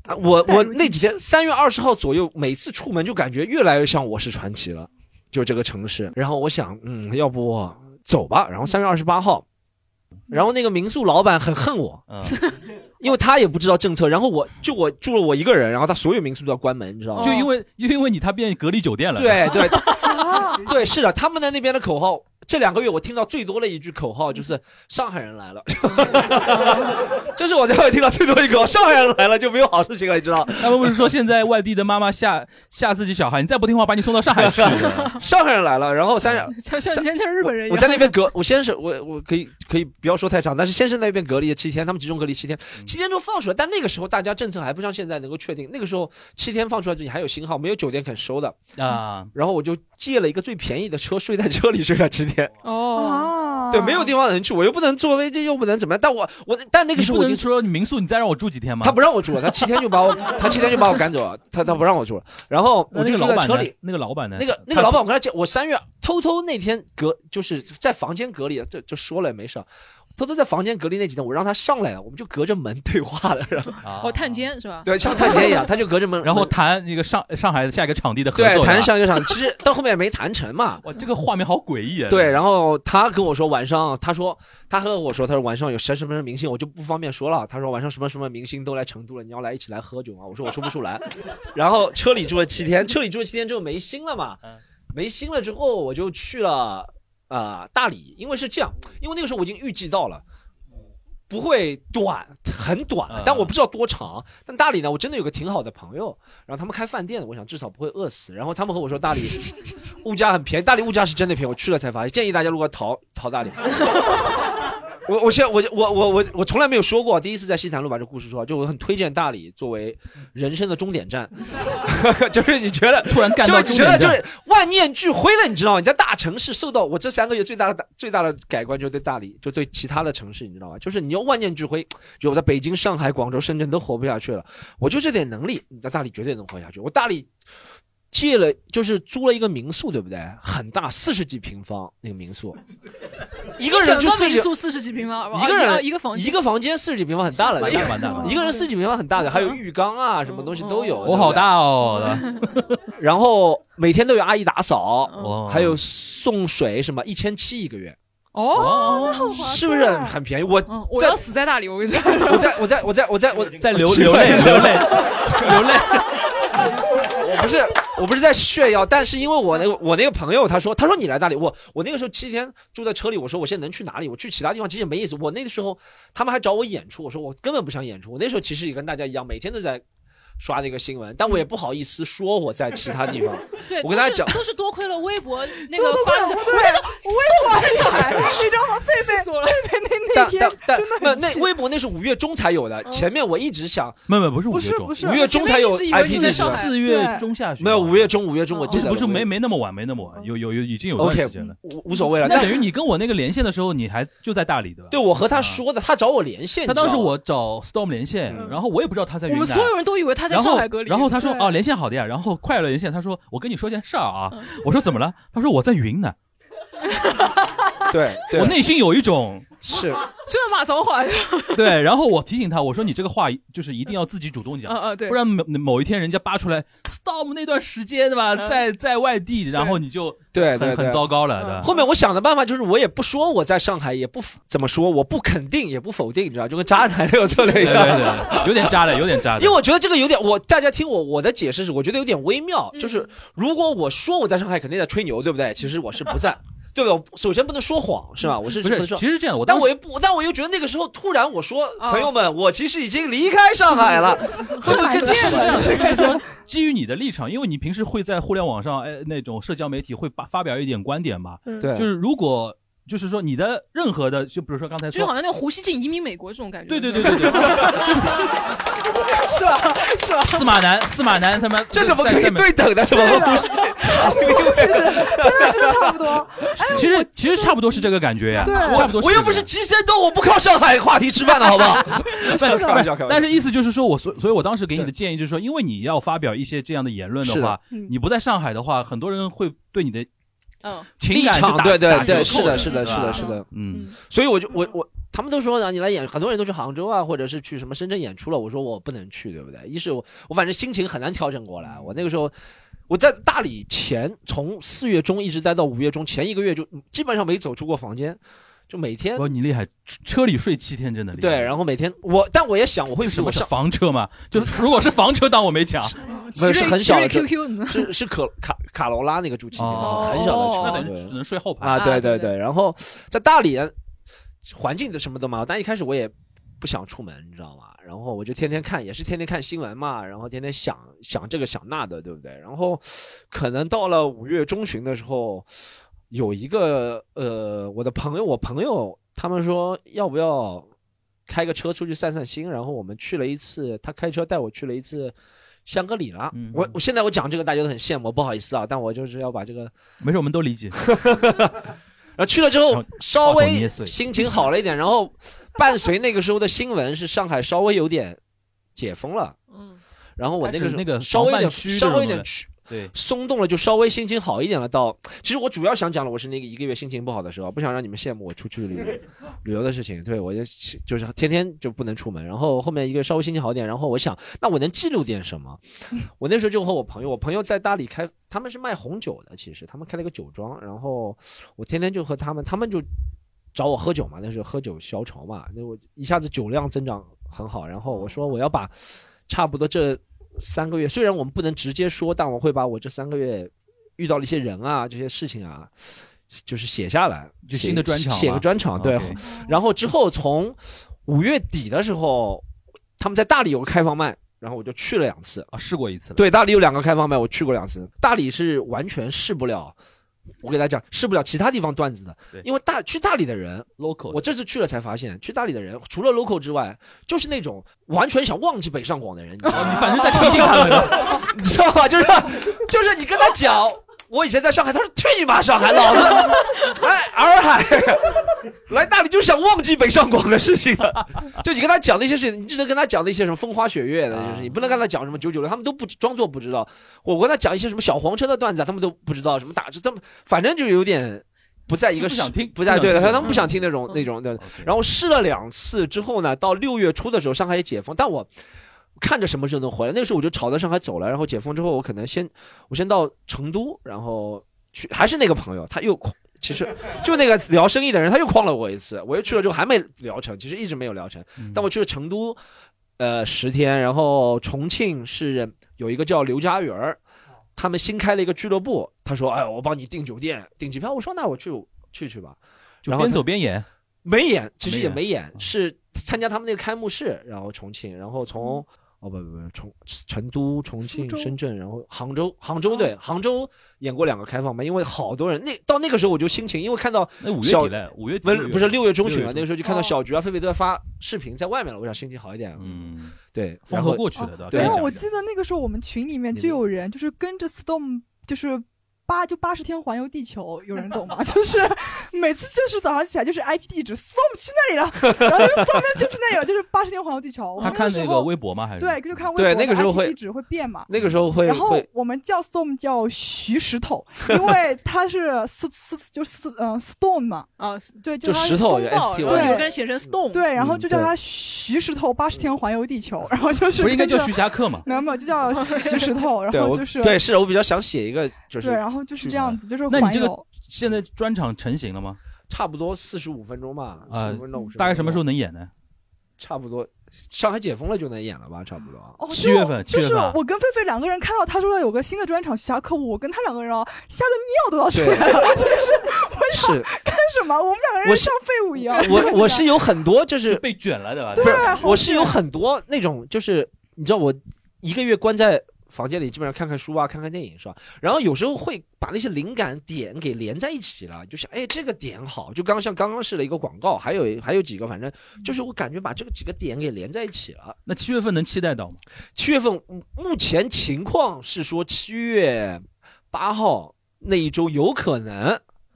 S2: 啊我我那几天三月二十号左右，每次出门就感觉越来越像我是传奇了，就这个城市。然后我想，嗯，要不我走吧。然后三月二十八号，然后那个民宿老板很恨我，
S3: 嗯，
S2: 因为他也不知道政策。然后我就我住了我一个人，然后他所有民宿都要关门，你知道吗？
S3: 就因为就因为你他变隔离酒店了，
S2: 呃 对对对，是的，他们的那边的口号，这两个月我听到最多的一句口号就是“上海人来了”， 这是 我在
S3: 哎
S2: 外面听到最多的一句口号，“上海人来了”就没有好事情了，你知道？
S3: 他们不是说现在外地的妈 妈吓吓自己小孩，你再不听话，把你送到上海去。
S2: 上海人来了，然后三人。
S5: 像像像像日本人一样。
S2: 我在那边隔，我先是我我可以可以不要说太长，但是先是那边隔离了七天，他们集中隔离七天，七天之后放出来，但那个时候大家政策还不像现在能够确定，那个时候七天放出来之后你还有信号，没有酒店肯收的
S3: 啊。
S2: 然后我就借了一个最便宜的车，睡在车里睡了七天。
S5: 哦，
S2: 对，没有地方能去，我又不能坐飞机，又不能怎么样。但我我但那个时候
S3: 你
S2: 我就
S3: 不能说你民宿，你再让我住几天吗？
S2: 他不让我住了，他七天就把我他七天就把我赶走了，他他不让我住了。然后
S3: 那
S2: 我
S3: 那
S2: 就
S3: 个
S2: 住
S3: 老
S2: 在
S3: 板
S2: 车
S3: 呢
S2: 里。？
S3: 那个老板呢？
S2: 那个那个老板，我跟他讲，我三月偷偷那天隔就是在房间隔离，这就说了也没事儿。啊偷偷在房间隔离那几天，我让他上来了，我们就隔着门对话了，然后
S3: 啊
S5: 哦，探监是吧？
S2: 对，像探监一样，他就隔着门，
S3: 然后谈那个上上海下一个场地的合作，
S2: 对谈
S3: 是吧
S2: 上就上，其实到后面也没谈成嘛。
S3: 哇，这个画面好诡异啊！
S2: 对，然后他跟我说晚上，他说他和我说，他说晚上有谁什么什么明星，我就不方便说了。他说晚上什么什么明星都来成都了，你要来一起来喝酒吗？我说我说不出来。然后车里住了七天，车里住了七天之后没心了嘛，没心了之后我就去了啊、呃大理，因为是这样，因为那个时候我已经预计到了。不会短，很短
S3: 嗯
S2: 了，但我不知道多长。但大理呢，我真的有个挺好的朋友，然后他们开饭店的，我想至少不会饿死。然后他们和我说大理物价很便宜，大理物价是真的便宜，我去了才发现。建议大家如果逃逃大理。 我我现在我我我我我从来没有说过，第一次在西坛路把这故事说，就我很推荐大理作为人生的终点站， 就是你觉得突然
S3: 干到
S2: 就你觉得
S3: 终点站
S2: 就是万念俱灰了，你知道吗？你在大城市受到我这三个月最大的打最大的改观，就是对大理，就对其他的城市，你知道吗？就是你要万念俱灰，就我在北京、上海、广州、深圳都活不下去了，我就这点能力，你在大理绝对能活下去。我大理借了就是租了一个民宿，对不对？很大，四十几平方那个民宿，一个人就
S5: 整个
S2: 四
S5: 民
S2: 十
S5: 宿四十几平方，
S2: 一个
S5: 啊
S2: 人
S5: 一个房间，
S2: 一个房间四十几平方很大了，
S5: 蛮
S2: 对吧
S5: 大蛮大蛮大
S2: 一个人四十几平方很
S5: 嗯
S2: 大的，还有浴缸啊，什么东西都有。
S5: 哦
S3: 我好大哦，
S2: 然后每天都有阿姨打扫
S3: 嗯，
S2: 还有送水什么，一千七一个月，
S5: 哦，那好嗯
S2: 是不是很便宜？我
S5: 我
S2: 在
S5: 要死在大理，我跟你说，
S2: 我在我在我在我在我在
S3: 流流泪流 泪流泪。
S2: 我不是我不是在炫耀，但是因为我那个我那个朋友他说他说你来大理，我我那个时候七天住在车里，我说我现在能去哪里？我去其他地方其实也没意思。我那个时候他们还找我演出，我说我根本不想演出。我那时候其实也跟大家一样，每天都在刷那个新闻，但我也不好意思说我在其他地方
S5: 对，。
S2: 我跟大家
S5: 都是
S2: 讲，
S5: 都是多亏了微博那
S6: 多
S5: 个
S6: 多亏
S5: 发
S6: 了
S5: 的，
S6: 微
S5: 我
S6: 博
S5: 那时候我在上
S6: 我也我在上
S5: 海
S6: 海，你知 道吗？贝
S5: 气
S6: 贝
S5: 死我了
S6: 贝贝那那
S2: 但但
S6: 天
S2: 但
S6: 真的
S2: 那
S6: 很
S2: 那
S6: 气
S2: 微博那是五月中才有的，前面我一直想
S3: 没有没有不是五
S6: 不
S3: 月
S6: 是
S3: 中哎
S6: 不，是
S2: 五月中才有
S5: 我前面一直以为
S2: IP
S5: 你
S2: 地
S5: 在
S2: 址
S5: 上，海
S3: 四月中下旬啊
S2: 没有五月中五月中我
S3: 不
S2: 记
S3: 是
S2: 得
S3: 不是
S2: 了
S3: 没没那么晚，没那么晚，有有有已经有段
S2: OK
S3: 时间了。
S2: 无无所谓了，
S3: 那
S2: 但
S3: 等于你跟我那个连线的时候，你还就在大理对吧？啊
S2: 对我和他说的，他找我连线，
S3: 他当时
S2: 你知道吗
S3: 我找 Storm 连线，然后我也不知道他在云
S5: 嗯我
S3: 南。
S5: 们所有人都以为他在
S3: 然后
S5: 上海隔离，
S3: 然后他说
S6: 对
S3: 哦，连线好的呀。然后快乐连线，他说我跟你说件事儿啊。
S5: 嗯
S3: 我说怎么了？他说我在云 南。
S2: 对对
S3: 我内心有一种
S2: 是
S5: 真的骂脏话，
S3: 对，然后我提醒他，我说你这个话就是一定要自己主动讲，
S5: 嗯嗯对
S3: 不然某某一天人家扒出来，Storm 那段时间对吧，在在外地，然后你就
S2: 对对
S3: 很很
S2: 对
S3: 糟糕了对吧
S2: 后面我想的办法就是，我也不说我在上海，也不怎么说，我不肯定，也不否定，你知道，就跟渣男那个策略
S3: 对
S2: 一
S3: 对
S2: 样。
S3: 对，有点渣的，有点渣的
S2: 因为。我觉得这个有点，我大家听我我的解释是，我觉得有点微妙，就是如果我说我在上海，肯定在吹牛，对不 对？其实我是不在，对不对？我首先不能说谎，是吧？我是
S3: 嗯不
S2: 不
S3: 是
S2: 能，说
S3: 其。实是这样的，我
S2: 但
S3: 当
S2: 我
S3: 时
S2: 又不，但我又觉得那个时候突然我说，
S5: 啊
S2: 朋友们，我其实已经离开上海 了，
S3: 这个这样 这样是跟你说，基于你的立场，因为你平时会在互联网上，哎，那种社交媒体会发发表一点观点嘛，
S2: 对
S3: 就是如果就是说你的任何的，就比如说刚才
S5: 就是好
S3: 说，
S5: 像那个胡锡进移民美国这种感觉，
S3: 对对对对对，
S5: 是吧？是吧？
S3: 司马南司马南他妈
S2: 这怎么
S3: 在
S2: 可以
S3: 在美
S2: 对等的？怎么不是
S6: 真的真的差 不多。哎，
S3: 其实其实差不多是这个感觉呀，
S6: 对
S3: 差不多。
S2: 我又不是鸡生灯，我不靠上海话题吃饭的好不 好？
S3: 是
S2: 开玩笑，开玩笑。
S3: 但是意思就是说我所所以，我当时给你的建议就是说，因为你要发表一些这样的言论
S2: 是
S3: 的
S2: 的嗯
S3: 话，你不在上海的话，很多人会对你的
S5: 嗯，
S3: 情
S2: 立
S3: 感
S2: 场，
S3: 就打
S2: 对对
S3: 打折
S2: 对，
S3: 扣
S2: 是的，是的，是的，
S3: 是吧
S2: 是的。
S3: 嗯，
S2: 所以我就我我他们都说让你来演，很多人都去杭州啊，或者是去什么深圳演出了。我说我不能去，对不对？一是我我反正心情很难调整过来。我那个时候我在大理前，从四月中一直待到五月中，前一个月就基本上没走出过房间，就每天
S3: 哇，你厉害，车里睡七天真的厉害。
S2: 嗯对，然后每天我，但我也想我会
S3: 是什
S2: 比我
S3: 么是
S2: 上
S3: 房车嘛？就是如果是房车，当我没讲，
S5: 奇
S2: 不是
S5: 瑞
S2: 很
S5: 奇
S2: 小
S5: 瑞
S2: 的车
S5: QQ 呢
S2: 是是可卡卡罗拉那个主题，
S3: 哦
S2: 很小的车，
S5: 哦
S3: 那等
S2: 对
S3: 于只能睡后排。
S2: 啊，对
S5: 啊
S2: 对
S5: 对
S2: 对。然后在大连，环境什么都蛮好，但一开始我也不想出门，你知道吗？然后我就天天看，也是天天看新闻嘛，然后天天想想这个想那的，对不对？然后可能到了五月中旬的时候，有一个呃，我的朋友，我朋友他们说要不要开个车出去散散心，然后我们去了一次，他开车带我去了一次。香格里拉，
S3: 嗯
S2: 我我现在我讲这个大家都很羡慕，不好意思啊，但我就是要把这个
S3: 没事，我们都 理解。
S2: 然后去了之后
S3: 然后
S2: 稍
S3: 话筒
S2: 微
S3: 捏碎
S2: 心情好了一点，然后伴随那个时候的新闻是上海稍微有点解封了，
S5: 嗯，
S2: 然后我那个时
S3: 开始
S2: 候
S3: 那个
S2: 稍微有
S3: 防
S2: 点
S3: 范区
S2: 稍微有
S3: 这种东
S1: 嗯
S2: 点区
S3: 对，
S2: 松动了，就稍微心情好一点了。到其实我主要想讲的，我是那个一个月心情不好的时候，不想让你们羡慕我出去旅游旅游的事情。对我就就是天天就不能出门，然后后面一个稍微心情好一点，然后我想那我能记录点什么？我那时候就和我朋友，我朋友在大理开，他们是卖红酒的，其实他们开了个酒庄，然后我天天就和他们，他们就找我喝酒嘛，那时候喝酒消愁嘛，那我一下子酒量增长很好，然后我说我要把差不多这三个月，虽然我们不能直接说，但我会把我这三个月遇到了一些人啊，这些事情啊，就是写下来，
S3: 就
S2: 写
S3: 新的专场
S2: 写个
S3: 嘛
S2: 专场，对。
S3: OK
S2: 然后之后从五月底的时候，他们在大理有个开放麦，然后我就去了两次
S3: 啊，试过一次了。
S2: 对，大理有两个开放麦，我去过两次。大理是完全试不了，我给大家讲，试不了其他地方段子的
S3: 对，
S2: 因为大去大理的人
S3: local，
S2: 我这次去了才发现，去大理的人除了 local 之外，就是那种完全想忘记北上广的人。你知道吗
S3: 哦你反正在提醒 他
S2: 们，你知道 吗？就是就是你跟他讲。我以前在上海，他说去你妈上海，老 子来洱海， 来大理就想忘记北上广的事情了。 就你跟他讲那些事情，你只能跟他讲那些什么风花雪月
S3: 啊
S2: 的，就是你不能跟他讲什么九九六，他们都不装作不知道。我跟他讲一些什么小黄车的段子啊，他们都不知道什么打，就这么反正就有点不在一个
S3: 不想
S2: 时
S3: 听
S2: 不在
S3: 不想
S2: 对的，
S3: 听嗯
S2: 他们不想听那种那种的。然后试了两次之后呢，到六月初的时候，上海也解封，但我。看着什么时候能回来。那个时候我就朝着上海走了，然后解封之后，我可能先我先到成都，然后去还是那个朋友，他又诓其实就那个聊生意的人，他又诓了我一次，我又去了之后还没聊成，其实一直没有聊成。
S3: 嗯
S2: 但我去了成都，呃，十天，然后重庆是有一个叫刘家园儿他们新开了一个俱乐部，他说：“哎，我帮你订酒店、订机票。”我说：“那我去去去吧。”
S3: 就
S2: 然后
S3: 边
S2: 他
S3: 走边演。
S2: 没演，其实也
S3: 没嗯
S2: 没演，是参加他们那个开幕式，然后重庆，然后
S3: 嗯
S2: 从哦不不不重成都、重庆、
S3: 州
S2: 深圳，然后杭州，杭
S6: 哦
S2: 州对杭州演过两个开放麦，因为好多人那到那个时候我就心情，因为看到
S3: 那五月
S2: 小
S3: 底嘞五月底
S2: 不
S3: 六
S2: 是
S3: 月
S2: 不是六月中
S3: 六
S2: 旬
S3: 月
S2: 了，
S3: 中
S2: 那个时候就看到
S3: 哦
S2: 小菊啊、狒狒都在发视频在外面了，我想心情好一点。嗯，对，
S3: 风
S2: 然
S3: 和
S2: 后
S3: 过去的对吧
S2: 对，
S6: 因为我记得那个时候我们群里面就有人就是跟着 Storm 就是。八就八十天环游地球，有人懂吗？ 就是每次就是早上起来就是 IP 地址，Storm 去那里了， 然后就 Storm 就去那里了，就是八十天环游地球。我
S3: 他
S6: 们
S3: 看
S6: 时
S3: 那
S6: 候
S3: 个微博吗？还是
S6: 对，就看微博
S2: 对
S6: 的
S2: 那个时候
S6: IP
S2: 会
S6: 地址会变嘛。
S2: 那个时候会
S6: 然后
S2: 会
S6: 我们叫 Storm 叫徐 石头，因为他是 s s 就是嗯 Storm 嘛，
S5: 啊，
S6: 对，
S2: 就
S6: 他是
S2: 石头
S6: 风
S2: 有
S6: 暴
S2: STY
S6: 然后
S5: 对，有
S6: 对
S5: 个人写成 stone，
S6: 对，然后
S2: 嗯
S6: 就叫
S2: 对
S6: 他徐石头八十天环游地球，然后就是
S2: 不是应该
S6: 跟着
S2: 叫徐霞客吗
S6: 没有没有，就叫徐石 头，然
S2: 对
S6: 后
S2: 我
S6: 就是
S2: 对是的，我比较想写一个就是啊嗯
S6: 对，然后就是这样子，就是
S3: 那你
S6: 环
S3: 这个
S6: 游。
S3: 现在专场成型了吗？
S2: 差不多四十五分钟吧，
S3: 啊
S2: 45分钟，
S3: 大概什么时候
S2: 能？
S3: 能演呢？
S2: 差不多，上海解封了就能演了吧？差不多。
S6: 哦
S3: 七月份
S6: 就
S3: 七月
S6: 是
S3: 份啊
S6: 我跟菲菲两个人看到他说有个新的专场徐霞客，我跟他两个人哦，吓得尿都要出来了， 就是我想
S2: 是
S6: 干什么？我们两个
S2: 我
S6: 人
S2: 是
S6: 像废物一样。
S2: 我 我是有很多就是被
S3: 卷了的吧？
S6: 对
S2: 不是
S6: 好，卷
S2: 我是有很多那种就是你知道我一个月关在房间里，基本上看看书啊，看看电影是吧？然后有时候会把那些灵感点给连在一起了，就想哎这个点好，就刚像刚刚试了一个广告，还有还有几个，反正就是我感觉把这个几个点给连在一起了。
S3: 那七月份能期待到吗？
S2: 七月份嗯目前情况是说七月八号那一周有可能，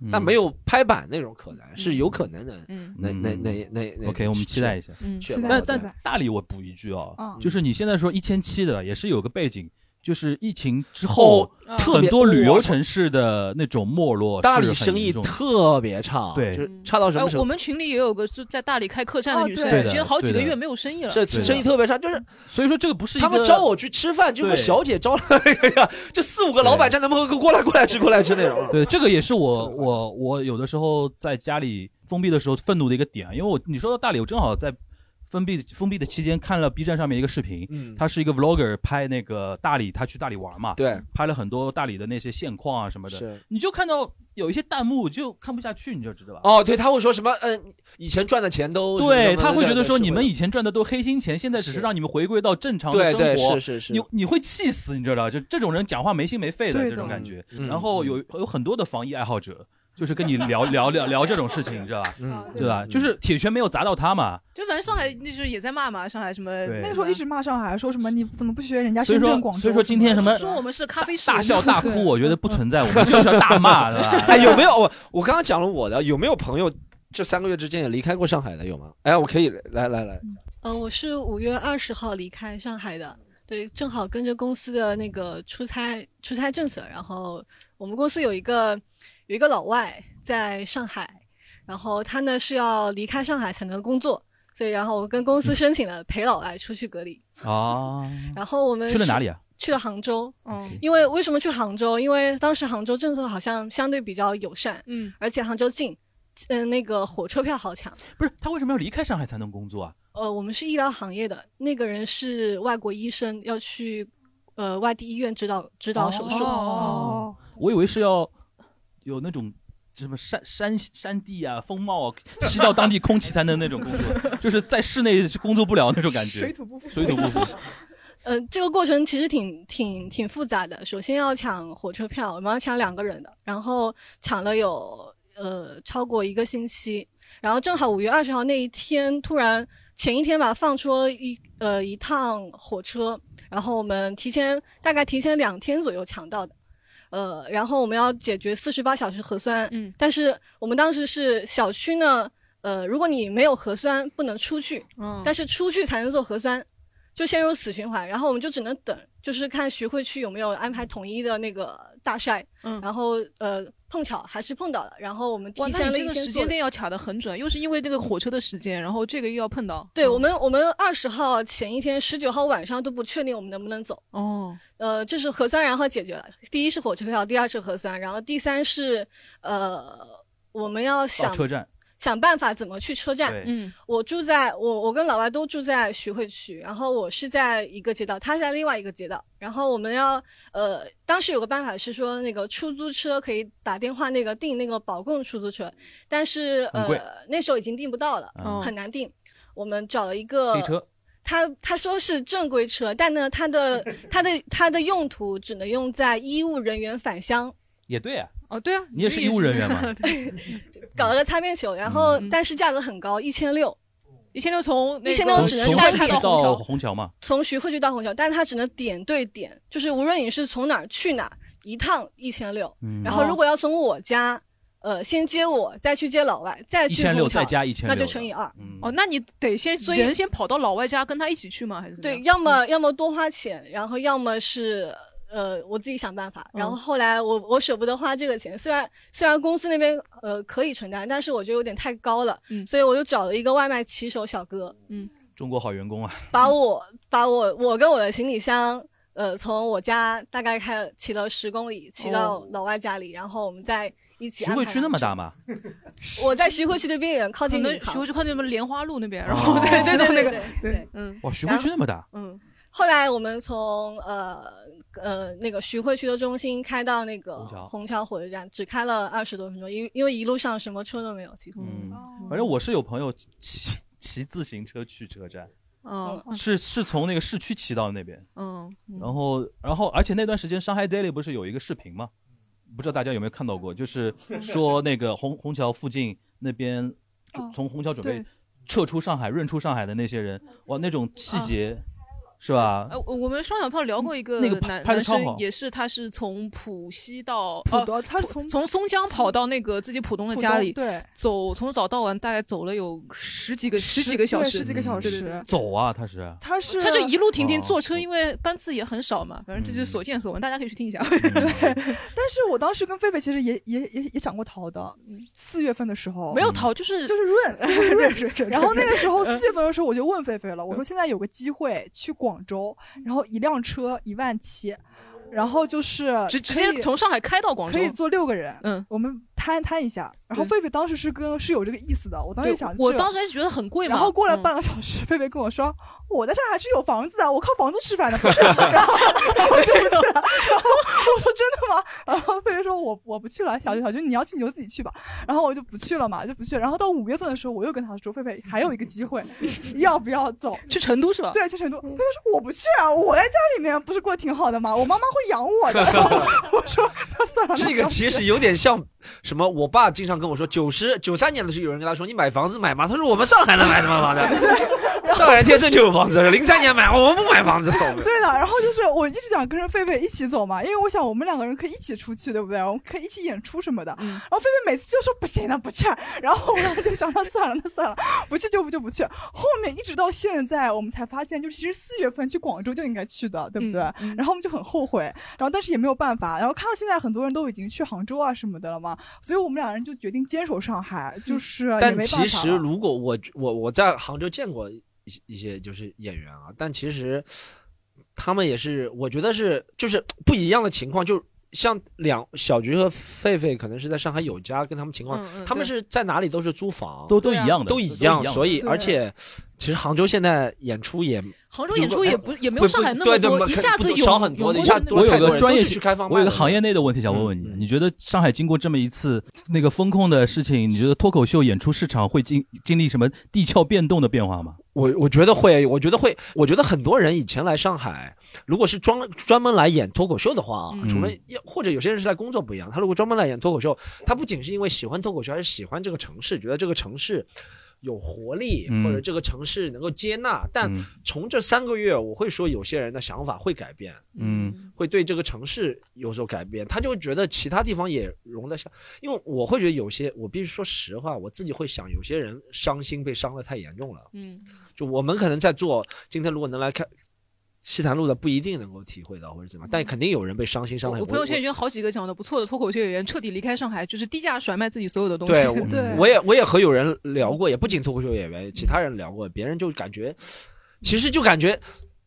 S3: 嗯
S2: 但没有拍板那种可能，是有可能的。
S6: 嗯
S2: 那那那那那
S3: OK，我们期待一下。
S6: 嗯
S2: 确
S6: 期待
S3: 但
S6: 期待
S3: 但大理我补一句哦，
S6: 嗯
S3: 就是你现在说一千七的，也是有个背景，就是疫情之后，
S2: 哦特
S3: 很
S2: 别
S3: 多旅游
S2: 我
S3: 城市的那种没落，
S2: 大
S3: 是
S2: 理
S3: 很
S2: 生
S3: 严
S2: 意
S3: 重的
S2: 特别差，
S3: 对
S2: 就是差到什
S5: 哎
S2: 么，程
S5: 我
S2: 度？
S5: 们群里也有个就在大理开客栈的女生
S2: 哦对，的
S5: 已经好几个
S2: 对的
S5: 月没有生意了。
S2: 这生意特别差，就是
S3: 所以说这个不是一
S2: 他们
S3: 个
S2: 招我去吃饭，就有个
S3: 对
S2: 小姐招了，就四五个老板站在门口过来过来吃过来吃那种。
S3: 对，这个也是我我我有的时候在家里封闭的时候愤怒的一个点，因为我你说到大理，我正好在封闭封闭的期间看了 B 站上面一个视频，
S2: 嗯
S3: 他是一个 vlogger 拍那个大理，他去大理玩嘛，
S2: 对，
S3: 拍了很多大理的那些现况啊什么的，
S2: 是
S3: 你就看到有一些弹幕就看不下去，你就知道吧？
S2: 哦，对，他会说什么？嗯，以前赚的钱都
S3: 对他会觉得说你们
S2: 以
S3: 以前赚的都黑心钱，现在只是让你们回归到正常
S2: 对
S3: 的生
S2: 对
S3: 活，
S2: 是是是
S3: 你你会气死，你知道吧？就这种人讲话没心没肺的
S2: 对的
S3: 这种感觉。
S2: 嗯
S3: 然后有有很多的防疫爱好者，就是跟你聊聊聊聊这种事情，你知道吧？
S2: 嗯
S3: 对吧？
S2: 嗯
S3: 就是铁拳没有砸到他嘛，
S5: 就反正上海那时候也在骂嘛，上海什么
S3: 对
S6: 那个时候一直骂上海，说什么你怎么不学人家
S3: 所以
S6: 深圳、
S3: 说
S6: 广州？
S3: 所以说今天什么
S5: 说我们是咖啡室，
S3: 大笑大
S5: 我们
S3: 哭，我觉得不存在，我们就是要大骂，对吧？
S2: 哎，有没有我我刚刚讲了我的，有没有朋友这三个月之间也离开过上海的？有吗？哎，我可以来来来，
S12: 嗯、我是五月二十号离开上海的，对，正好跟着公司的那个出差出差政策，然后我们公司有一个有一个老外在上海，然后他呢是要离开上海才能工作，所以然后我跟公司申请了陪老外出去隔离，
S3: 啊，
S12: 然后我们
S3: 去了
S12: 是
S3: 哪里啊？
S12: 去了杭州，嗯，因为为什么去杭州？因为当时杭州政策好像相对比较友善，
S5: 嗯，
S12: 而且杭州近，嗯、那个火车票好抢。
S3: 不是他为什么要离开上海才能工作啊？
S12: 呃，我们是医疗行业的，那个人是外国医生，要去呃外地医院指导指导手术。
S3: 哦我以为是要有那种什么山山山地啊、风貌啊，吸到当地空气才能那种工作，就是在室内是工作不了那种感觉。
S12: 水土不服
S3: 水土不服。
S12: 呃，这个过程其实挺挺挺复杂的。首先要抢火车票，我们要抢两个人的，然后抢了有呃超过一个星期，然后正好五月二十号那一天，突然前一天吧放出了一呃一趟火车，然后我们提前大概提前两天左右抢到的。呃，然后我们要解决四十八小时核酸，嗯，但是我们当时是小区呢，呃，如果你没有核酸不能出去，
S3: 哦
S5: 嗯
S12: 但是出去才能做核酸，就陷入死循环，然后我们就只能等，就是看徐汇区有没有安排统一的那个大晒，嗯，然后呃碰巧还是碰到了，然后我们
S5: 哇，
S12: 提
S5: 那
S12: 前了
S5: 你这
S12: 一
S5: 个
S12: 天
S5: 时
S12: 做
S5: 间
S12: 的
S5: 点要卡得很准，又是因为那个火车的时间，然后这个又要碰到。嗯
S12: 对我们，我们二十号前一天，十九号晚上都不确定我们能不能走。
S5: 哦，
S12: 呃，这是核酸，然后解决了。第一是火车票，第二是核酸，然后第三是呃，我们要想
S3: 到车站，
S12: 想办法怎么去车站
S3: 对。嗯，
S12: 我住在我我跟老外都住在徐汇区，然后我是在一个街道，他在另外一个街道。然后我们要呃，当时有个办法是说那个出租车可以打电话那个订那个保供出租车，但是
S3: 很贵
S12: 呃那时候已经订不到了，
S3: 嗯
S12: 很难订。我们找了一个
S3: 黑车
S12: 他他说是正规车，但呢，它的它的它的用途只能用在医务人员返乡，
S3: 也对啊，
S5: 哦，对啊，
S3: 你也是医务人员嘛？
S12: 搞了个擦边球，然后、但是价格很高，一千六，
S5: 嗯一千六从
S12: 一千
S3: 从
S12: 六只能
S3: 从
S12: 单
S3: 市
S12: 开
S3: 区
S12: 虹
S3: 到
S12: 桥，
S3: 虹桥嘛，
S12: 从徐汇区到虹桥，但是它只能点对点，就是无论你是从哪儿去哪儿，一趟一千六
S3: 嗯，
S12: 然后如果要从我家。呃，先接我，再去接老外，再去
S3: 1600
S12: 虹桥
S3: 再加1600
S12: 那就乘以二。
S3: 嗯
S5: 哦，那你得先
S12: 所以
S5: 人先跑到老外家跟他一起去吗？还是怎么
S12: 对
S5: 样，嗯
S12: 要么要么多花钱，然后要么是呃我自己想办法。然后
S5: 嗯
S12: 后来我我舍不得花这个钱，虽然虽然公司那边呃可以承担，但是我觉得有点太高了，
S5: 嗯
S12: 所以我就找了一个外卖骑手小哥，
S3: 中国好员工啊，
S12: 把我把我我跟我的行李箱。呃，从我家大概开骑了十公里，骑到
S3: 哦
S12: 老外家里，然后我们再一起。
S3: 徐汇区那么大？吗？
S12: 我在徐汇区的边缘，靠近
S5: 可
S12: 闵
S5: 能
S12: 行。
S5: 徐汇区靠近什么莲花路那边，
S3: 哦
S5: 然后再
S12: 对
S5: 再到那
S12: 对
S5: 个
S12: 对
S5: 对，嗯，
S3: 哇，徐汇区那么大，
S12: 嗯，后来我们从呃呃那个徐汇区的中心开到那个
S3: 虹桥
S12: 虹桥火车站，只开了二十多分钟，因为因为一路上什么车都没有，几乎。
S5: 哦
S3: 嗯，反正我是有朋友骑骑骑自行车去车站，
S5: 嗯
S3: 是是从那个市区骑到那边，
S5: 嗯，
S3: 然后，然后，而且那段时间，上海 Daily 不是有一个视频吗？不知道大家有没有看到过？就是说那个虹虹桥附近那边，就从虹桥准备
S5: 对
S3: 撤出上海、润出上海的那些人，哇，那种细节，是吧
S5: 呃，？我我们双小胖聊过一个
S3: 啊嗯那个拍
S5: 男
S3: 拍得
S5: 男
S3: 超
S5: 生
S3: 好，
S5: 也是他是从浦西到
S6: 浦
S5: 呃
S6: 东他是从
S5: 从松江跑到那个自己浦东的
S6: 浦
S5: 家
S6: 东
S5: 里，
S6: 对，
S5: 走从早到晚大概走了有十几个十几个小
S6: 对
S5: 时，
S6: 十几个小
S5: 对对对
S6: 时
S3: 走啊，他是
S6: 他是
S5: 他就一路停停
S3: 哦嗯
S5: 坐车，因为班次也很少嘛，反正这就是所见所闻，大家可以去听一下。
S6: 但是我当时跟狒狒其实也也也也想过逃的，四月份的时
S3: 哦
S6: 候
S5: 没有逃，就是
S6: 就 是润
S5: 润
S6: 然后那个时候
S5: 嗯
S6: 四月份的时候，我就问菲菲了，我说现在有个机会去广州，然后一辆车一万七，然后就是
S5: 直直
S6: 可以
S5: 接从上海开到广州
S6: 可以坐六个人，
S5: 嗯，
S6: 我们摊摊一下。然后狒狒当时是跟是有这个意思的，我当时
S5: 对
S6: 想这，
S5: 我当时还是觉得很贵嘛嗯
S6: 然后过了半个小时，狒狒跟我说我在上海是有房子的，我靠房租吃饭的，不是。然后 然后我就不去了。然后我说真的吗？然后狒狒说我我不去了，小菊小菊你要去你就自己去吧。然后我就不去了嘛，就不去。然后到五月份的时候，我又跟他说狒狒还有一个机会，要不要走？
S5: 去成都是吧
S6: 对，去成都。狒狒说我不去啊，我在家里面不是过得挺好的吗？我妈妈会养我的。 我说那算了，
S2: 这个其实有点像什么？我爸经常跟我说，九十九三年的时候，有人跟他说：“你买房子买吗？”他说：“我们上海能买什么房子？上海天生就有房子。零三年买，我们不买房子。
S6: 对的，然后就是我一直想跟着狒狒一起走嘛，因为我想我们两个人可以一起出去，对不对？我们可以一起演出什么的。然后狒狒每次就说不行了，不去。然后我就想那算了，那算了，不去就不就不去。后面一直到现在，我们才发现，就其实四月份去广州就应该去的，对不对？然后我们就很后悔，然后但是也没有办法。然后看到现在很多人都已经去杭州啊什么的了嘛，所以我们两人就决定坚守上海，就是也
S2: 但
S6: 没办
S2: 其
S6: 法
S2: 实，
S6: 了
S2: 如果我我我在杭州见过一些一些就是演员啊，但其实他们也是，我觉得是就是不一样的情况，就像两小菊和狒狒可能是在上海有家，跟他们情况，
S3: 嗯嗯
S2: 他们是在哪里都是租房，
S5: 啊
S3: 都都一样的
S2: 都一
S3: 都一样
S2: 样，
S3: 的
S2: 所以
S3: 对
S2: 而且其实杭州现在演出也，哎
S5: 杭州演出也不也没有
S2: 不
S5: 上海那
S2: 对
S5: 么
S2: 对
S5: 多，
S2: 不
S5: 一下子
S2: 不
S5: 涌
S2: 少很多的，
S5: 涌
S2: 一下
S5: 过去
S2: 多
S3: 我有
S2: 太多
S3: 个
S2: 人
S3: 专业
S2: 都是去开放麦的，嗯
S3: 我有个行业内的问题想问问你，你觉得上海经过这么一次那个风控的事情，你觉得脱口秀演出市场会经经历什么地壳变动的变化吗？
S2: 我我觉得会，我觉得会，我觉得很多人以前来上海，如果是专专门来演脱口秀的话啊，
S3: 嗯
S2: 除非要或者有些人是来工作不一样，他如果专门来演脱口秀，他不仅是因为喜欢脱口秀，还是喜欢这个城市，觉得这个城市有活力，
S13: 嗯
S2: 或者这个城市能够接纳。但
S13: 嗯
S2: 从这三个月，我会说有些人的想法会改变，
S13: 嗯
S2: 会对这个城市有所改变，他就会觉得其他地方也容得下。因为我会觉得有些，我必须说实话，我自己会想，有些人伤心被伤得太严重了。
S5: 嗯，
S2: 就我们可能在做，今天如果能来看西坛路的，不一定能够体会到或者怎么样，但肯定有人被伤心伤害。
S5: 嗯我朋友圈已经有好几个讲的不错的脱口秀演员彻底离开上海，就是低价甩卖自己所有的东西。
S2: 对，我我也我也和有人聊过，也不仅脱口秀演员，嗯其他人聊过，别人就感觉，其实就感觉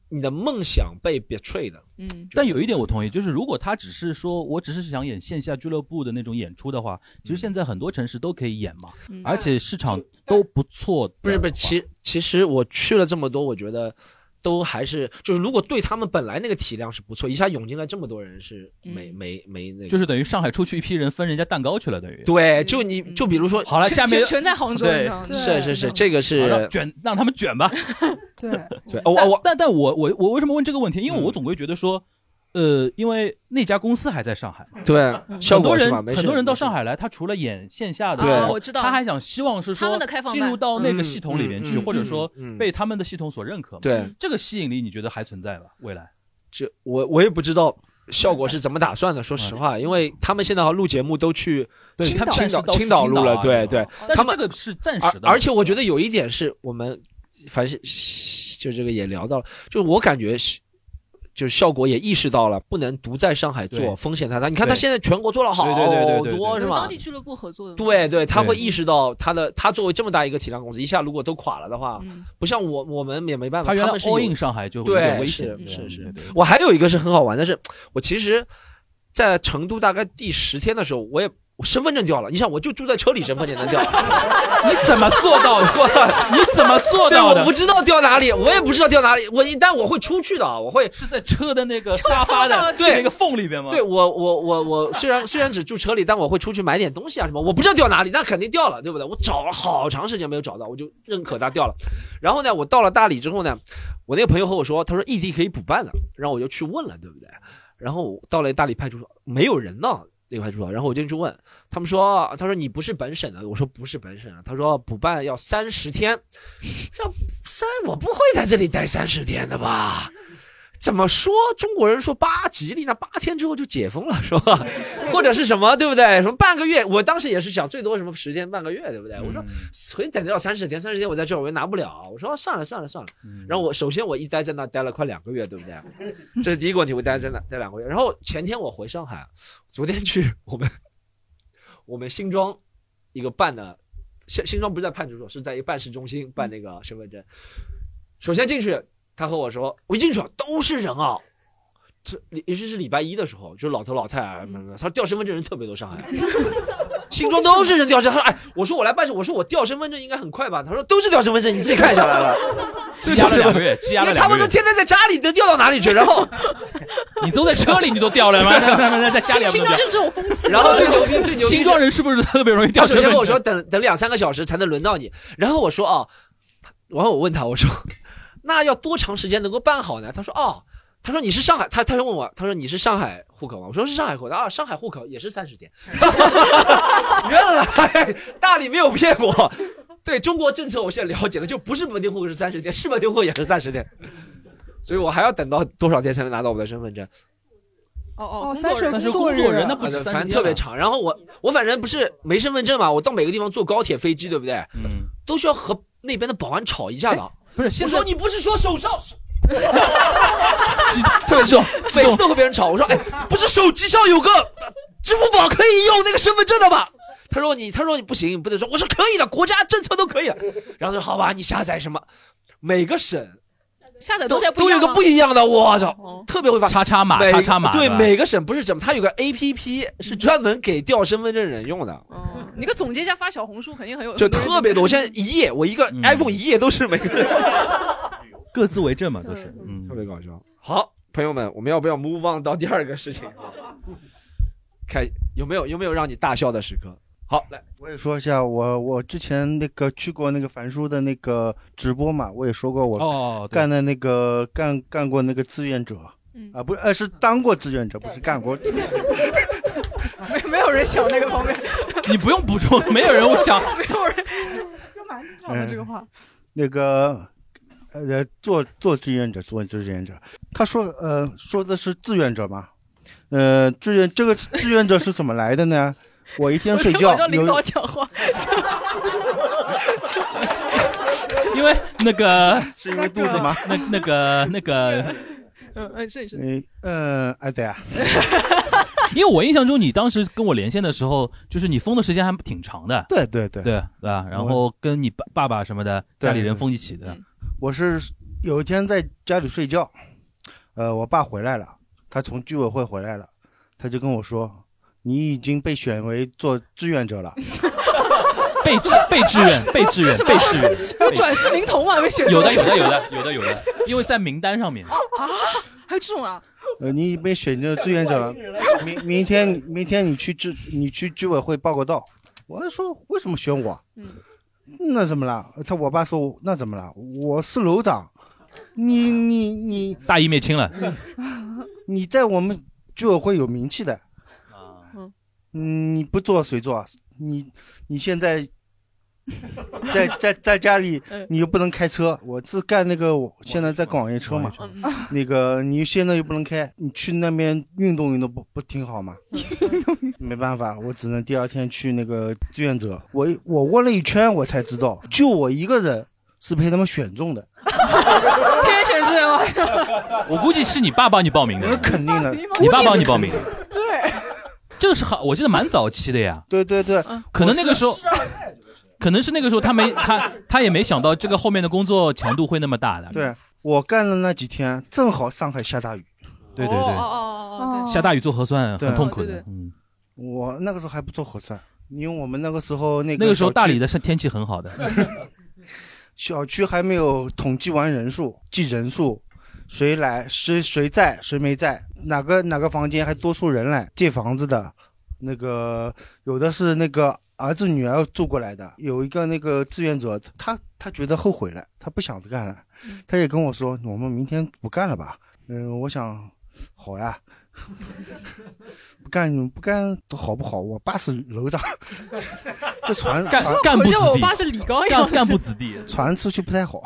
S2: 你的梦想被 betray 的。
S5: 嗯，
S3: 但有一点我同意，就是如果他只是说我只是想演线下俱乐部的那种演出的话，其
S2: 嗯
S3: 实现在很多城市都可以演嘛，
S5: 嗯
S3: 而且市场都不错。
S2: 不是不是，其其实我去了这么多，我觉得都还是就是，如果对他们本来那个体量是不错，一下涌进来这么多人是
S5: 嗯
S2: 没、没没那个，
S3: 就是等于上海出去一批人分人家蛋糕去了，等于。
S2: 对，
S3: 嗯
S2: 就你就比如说好
S3: 好了，下面
S2: 对，是是是，这个
S3: 好
S2: 是
S3: 让卷，让他们卷吧。
S2: 对，哦我
S3: 但
S2: 我
S3: 但但我我我为什么问这个问题？因为
S2: 嗯
S3: 我总归觉得说，呃，因为那家公司还在上海，
S2: 对嗯效
S3: 很多
S2: 果是
S3: 人
S2: 吧？没事
S3: 很多人到上海来，他除了演线下的，
S2: 对
S3: 时
S2: 啊
S3: 候，
S2: 我
S5: 知道
S3: 他还想希望是
S5: 他
S3: 说
S5: 们的开放
S3: 进
S5: 麦
S3: 入到那个系统里面
S2: 嗯
S3: 去，
S2: 嗯嗯
S3: 或者说
S2: 嗯嗯
S3: 被他们的系统所认可嘛。
S2: 对
S3: 嗯这个吸引力你觉得还存在吗？未来？
S2: 这我我也不知道效果是怎么打算的。说实话，因为他们现在录节目都去
S3: 对
S2: 青
S3: 他们
S2: 青
S3: 暂时
S2: 岛
S3: 到
S2: 青岛录了，
S3: 青岛啊
S2: 对对。
S3: 但
S2: 他
S3: 是
S2: 们
S3: 这个是暂时
S2: 而
S3: 的，
S2: 而且我觉得有一点是我们，反正就这个也聊到了，就是我感觉是。就是效果也意识到了，不能独在上海做，
S3: 对
S2: 风险太大。你看他
S3: 对
S2: 现在全国做了好
S3: 对对对对对对
S2: 多，是
S5: 有
S2: 吧
S5: 当地？俱乐部合作的，
S2: 对对，他
S3: 对
S2: 会意识到他的，他作为这么大一个体量公司，一下如果都垮了的话，
S14: 嗯
S2: 不像我我们也没办法。
S3: 他原来
S2: 们是
S3: all
S2: 有
S3: in 上海就有点
S2: 对
S3: 危
S2: 是
S3: 险，
S2: 是是。
S3: 对
S2: 我还有一个是很好玩的是，我其实，在成都大概第十天的时候，我也我身份证掉了。你想，我就住在车里，身份证能掉？ 你
S3: 怎么做 到的？你怎么做到的
S2: 对我不知道掉哪里，我也不知道掉哪里。我一但我会出去的啊，我会
S3: 是在车的那个沙发的
S2: 啊对
S3: 那个缝里边吗？
S2: 对我我我我虽然虽然只住车里，但我会出去买点东西啊什么，我不知道掉哪里，但肯定掉了，对不对？我找了好长时间没有找到，我就认可它掉了。然后呢，我到了大理之后呢，我那个朋友和我说，他说异地可以补办的，然后我就去问了，对不对？然后我到了大理派出所，没有人呢，那个派出所，然后我就去问，他们说，他说你不是本省的，我说不是本省的，他说补办要三十天，要三我不会在这里待三十天的吧？怎么说？中国人说八吉利，那八天之后就解封了，是吧？或者是什么，对不对？什么半个月？我当时也是想最多什么十天半个月，对不对？我说回等到三十天，三十天我在这儿我又拿不了，我说算了算了算了。然后我首先我一待在那待了快两个月，对不对？这是第一个问题，我待在那待两个月。然后前天我回上海，昨天去我们我们新庄一个办的，新新庄不是在派出所，是在一个办事中心
S3: 嗯
S2: 办那个身份证。首先进去，他和我说，我一进去啊都是人啊。这尤其是礼拜一的时候，就是老头老太太、啊，
S3: 嗯
S2: 他说掉身份证人特别多，上 海，新庄都是人掉身。他说：“哎，我说我来办事，我说我掉身份证应该很快吧？”他说：“都是掉身份证，你自己看下来 了。”
S3: 积压了两个月积压
S2: 因为
S3: 了两个月
S2: 他们都天天在家里，能掉到哪里去？然后
S3: 你都在车里，你都掉 了吗？ 在在在家里还不
S5: 新
S3: 能掉
S5: 疆就。这种风 气。
S2: 然后最牛逼，最牛逼是，
S3: 新庄人是不是特别容易掉
S2: 他首
S3: 身
S2: 先跟
S3: 份证？
S2: 我说等等两三个小时才能轮到你，然后我说啊，然后我问他我说，那要多长时间能够办好呢？他说哦，他说你是上海，他他就问我，他说你是上海户口吗？我说是上海户口啊，上海户口也是三十天。 原来大理没有骗我，对中国政策我现在了解了，就不是本地户口是三十天，是本地户口也是三十天，所以我还要等到多少天才能拿到我的身份证？
S5: 哦
S6: 哦，三十
S3: 三十
S6: 作
S3: 工作日
S6: 日，
S3: 那不止
S2: 啊对
S3: 三
S2: 反正
S3: 十天
S2: 特别
S3: 了
S2: 长。然后我我反正不是没身份证嘛，我到每个地方坐高铁、飞机，对不对？
S3: 嗯，
S2: 都需要和那边的保安吵一架的。
S3: 哎不是，
S2: 我
S3: 现在
S2: 说 你不是说 手上，
S3: 特别重，
S2: 每次都和别人吵。我说哎，不是手机上有个呃支付宝可以用那个身份证的吧？他说你，他说你不行，你不能说。我说可以的，国家政策都可以的。然后他说好吧，你下载什么？每个省
S5: 下载
S2: 都
S5: 在
S2: 都有个不一样的，我
S5: 哦
S2: 操，特别会发
S3: 叉叉码
S2: 每
S3: 叉叉码
S2: 对
S3: 是吧
S2: 每个省不是省，它有个 A P P 是专门给调身份证人用的，
S5: 你给总结一下，发小红书肯定很有。
S2: 就特别多。我现在一页，我一个 iPhone 一页都是每个人，
S3: 嗯 各自为政嘛，都是。嗯，
S2: 特别搞笑。好，朋友们，我们要不要 move on 到第二个事 情？开有没有有没有让你大笑的时刻？好，来，
S14: 我也说一下，我我之前那个去过那个樊叔的那个直播嘛，我也说过
S6: 哦
S14: 我
S6: 对
S14: 干的那个、干干过那个志愿者，
S5: 嗯
S14: 啊不是呃是当过志愿者，不是干过志愿者。
S5: 没没有人想那个方面，
S6: 你不用补充，没有人我 想
S5: 没有人。
S15: 好了这个话，
S14: 嗯那个呃做做志愿者，做志愿者，他说呃说的是志愿者嘛，呃志愿这个志愿者是怎么来的呢？我一天睡觉
S5: 我让领
S14: 有
S5: 导 讲话，
S3: 因为那个
S14: 是因为肚子吗？
S3: 那那个那个，
S5: 嗯嗯，是是，
S14: 嗯嗯，哎对啊，
S3: 因为我印象中你当时跟我连线的时候，就是你封的时间还挺长的。
S14: 对对
S3: 对
S14: 对
S3: 对吧？然后跟你爸爸爸什么的，
S14: 对
S3: 家里人封一起的。
S14: 我是有一天在家里睡觉，呃，我爸回来了，他从居委会回来了，他就跟我说：“你已经被选为做志愿者了。
S3: 被被志 愿，被志愿，被志愿，
S5: 有转世灵童吗？没学
S3: 有的，有的，有的，有的，有的，因为在名单上面。
S5: 啊，还有这种啊？”
S14: 呃，你已被选成志愿者了，明明天明天你去居你去居委会报个到。我还说为什么选我？
S5: 嗯，
S14: 那怎么了？他我爸说那怎么了？我是楼长，你你你
S3: 大义灭亲了，
S14: 你在我们居委会有名气的，
S3: 啊
S5: 嗯
S14: 嗯，你不做谁做啊？你你现在 在在在家里
S5: 嗯，
S14: 你又不能开车。我是干那个，我现在在搞网约车嘛。
S5: 嗯
S14: 那个你现在又不能开，你去那边运动运动不不挺好吗？
S5: 嗯
S14: 没办法，我只能第二天去那个志愿者。我我问了一圈，我才知道，就我一个人是被他们选中的。
S5: 天选之人 吗？
S3: 我估计是你爸帮你报名的，
S14: 肯定的。
S3: 你爸帮你报名的，
S15: 对，
S3: 这个是好，我记得蛮早期的呀。
S14: 对对对，
S5: 嗯
S3: 可能那个时候，可能是那个时候他没 他他也没想到这个后面的工作强度会那么大的。
S14: 对我干的那几天，正好上海下大雨。
S3: 对对对，
S5: 哦
S3: 下大雨做核酸很痛苦
S5: 对对
S3: 的
S5: 对。
S3: 嗯，
S14: 我那个时候还不做核酸，因为我们那个时候那个
S3: 那个时候
S14: 小区
S3: 大理的是天气很好的。
S14: 小区还没有统计完人数，记人数，谁来谁谁在谁没在，哪个哪个房间还多出人来，借房子的，那个有的是那个儿子女儿住过来的，有一个那个志愿者，他他觉得后悔了，他不想干了，
S5: 嗯
S14: 他也跟我说，我们明天不干了吧，嗯，我想好呀。不干不干都好不好？我爸是楼长， 这传
S5: 干
S14: 传
S5: 干部子弟好像我爸是李刚一样干干部
S3: 子弟，
S14: 传出去不太好。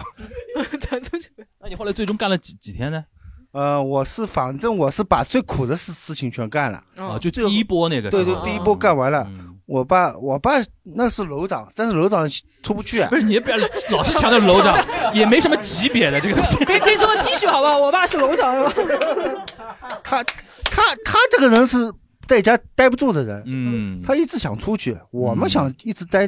S5: 传出去。
S3: 那你后来最终干了几几天呢？
S14: 呃，我是反正我是把最苦的事事情全干了。
S3: 啊，就第一波那个。嗯
S14: 对对，第一波干完了。我爸，我爸那是楼长，但是楼长出不去、啊。
S3: 不是你也不要老是强调楼长，也没什么级别的这个东西。
S5: 可以可以做 T 恤好不好？我爸是龙 翔的。
S14: 他他他这个人是在家待不住的人，
S3: 嗯，
S14: 他一直想出去。我们想一直待，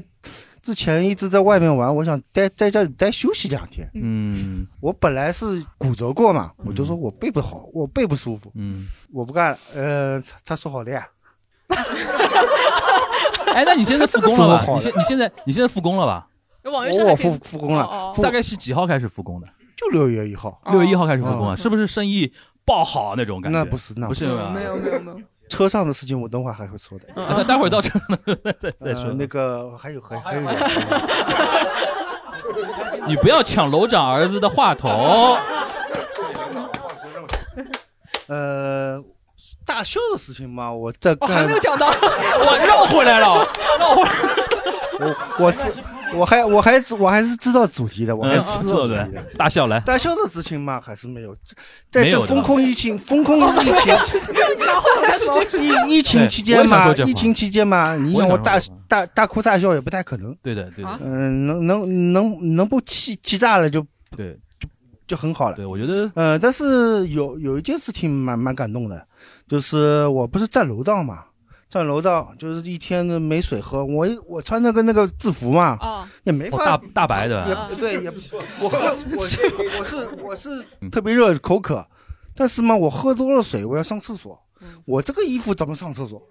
S14: 之前一直在外面玩，我想待在家里待休息两天。
S3: 嗯，
S14: 我本来是骨折过嘛，我就说我背不好，我背不舒服，
S3: 嗯，
S14: 我不干了。呃，他他说好的呀，
S3: 哎，那你现在复工
S14: 这个
S3: 了
S14: 时
S3: 吧？
S14: 候好
S3: 你现你现在你现在复工了吧？
S5: 网
S14: 我我复复工
S5: 哦
S14: 了，复
S3: 大概是几号开始复工的？
S14: 就六月一号，
S3: 六月一号开始复工啊，
S14: 嗯
S3: 是不是生意爆好啊那种感觉？
S14: 那不是那
S3: 不
S14: 不
S3: 是
S14: 是
S3: 吧
S5: 没有没有没有，
S14: 车上的事情我等会儿还会说的。
S3: 啊待会儿到车上的再再说
S14: 呃那个还有还
S5: 哦
S14: 还有，
S3: 你不要抢楼长儿子的话筒。
S14: 呃，大秀的事情嘛，我在
S5: 我
S3: 哦
S14: 干，
S5: 还没有讲到，我
S3: 我绕回来了，绕 回来。
S14: 我我知我还我还是我还是知道主题的，我还是知道主题的。
S3: 嗯大笑来，
S14: 大秀的事情嘛，还是没有，在
S3: 没
S14: 这
S3: 有的
S14: 风控疫情风控疫情。疫疫情期
S3: 我
S14: 间
S3: 也想
S14: 嘛
S3: 说，这话
S14: 疫情期间嘛，你
S3: 我也
S14: 让
S3: 想
S14: 我
S3: 说
S14: 大
S3: 这
S14: 大大哭大笑也不太可能。
S3: 对的，对的，
S14: 嗯，能能能能不气气炸了就
S3: 对，
S14: 就很好了。
S3: 对我觉得，
S14: 呃，但是有有一件事情蛮蛮感动的，就是我不是在楼道嘛，上楼道就是一天都没水喝，我我穿的跟那个制服嘛，也没
S3: 哦
S14: 法、
S3: 大大白的
S14: 也
S3: 吧
S14: 对，也不啊 我喝我是我是我是
S3: 嗯
S14: 特别热口渴，但是嘛，我喝多了水，我要上厕所，我这个衣服怎么上厕所？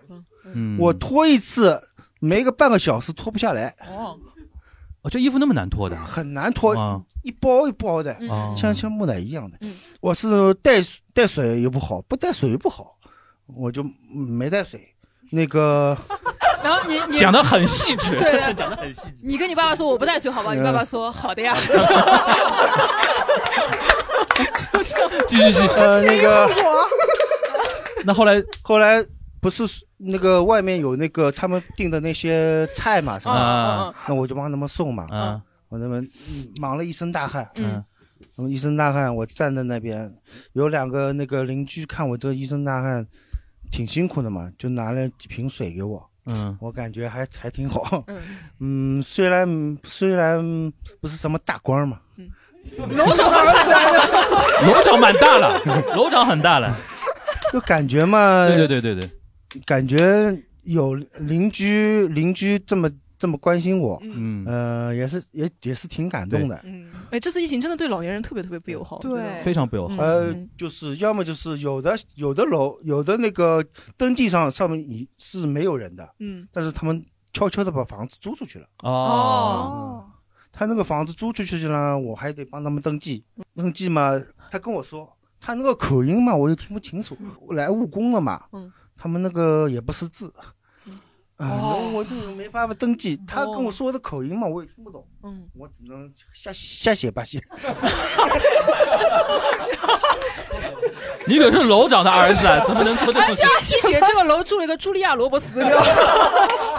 S3: 嗯
S14: 我脱一次没个半个小时脱不下来，
S5: 哦，
S3: 哦，这衣服那么难脱的，
S14: 很难脱，
S3: 啊
S14: 一包一包的，
S3: 嗯
S14: 像像木乃伊一样的。我是带水带水又不好，不带水又不好，我就没带水。那个
S5: 然后你你
S14: 讲得很细致
S5: 对 对，
S14: 讲得
S3: 很细
S5: 致。你跟你爸爸说我不带去，好
S3: 嗯
S5: 吧？你爸爸说 好的呀。
S3: 继续继续
S14: 呃那个
S3: 那后来
S14: 后来不是那个外面有那个他们订的那些菜嘛什么
S3: 啊
S14: 的，那我就帮他们送嘛。
S3: 啊，
S14: 我他们嗯忙了一身大汗。
S3: 嗯。
S14: 那么一身大汗，我站在那边，有两个那个邻居看我这一身大汗，挺辛苦的嘛，就拿了几瓶水给我。
S3: 嗯，
S14: 我感觉还还挺好。 嗯，虽然虽然不是什么大官嘛，
S5: 楼长儿子，
S3: 楼长蛮大了， 楼长很大了。
S14: 就感觉嘛，
S3: 对对对对对，
S14: 感觉有邻居邻居这么这么关心我，
S3: 嗯，
S14: 呃，也是也也是挺感动的，
S5: 哎，这次疫情真的对老年人特别特别不友好，
S14: 对
S5: 真的
S3: 非常不
S5: 嗯
S3: 友好
S14: 呃，就是要么就是有的有的楼有的那个登记上上面已是没有人的，
S5: 嗯，
S14: 但是他们悄悄的把房子租出去了。嗯
S3: 哦，
S14: 他那个房子租出去了，我还得帮他们登记，登记嘛，他跟我说他那个口音嘛，我又听不清楚，我来务工了嘛，
S5: 嗯，
S14: 他们那个也不识字，啊、
S5: 哦
S14: 我就没办法登记，他跟我说的口音嘛，我也听不懂，
S5: 嗯，
S14: 我只能瞎瞎写吧写。
S3: 你可是楼长的儿子啊，怎么能脱这
S5: 而
S3: 种
S5: 且？一写这个楼住了一个茱莉亚·罗伯茨，你知道吗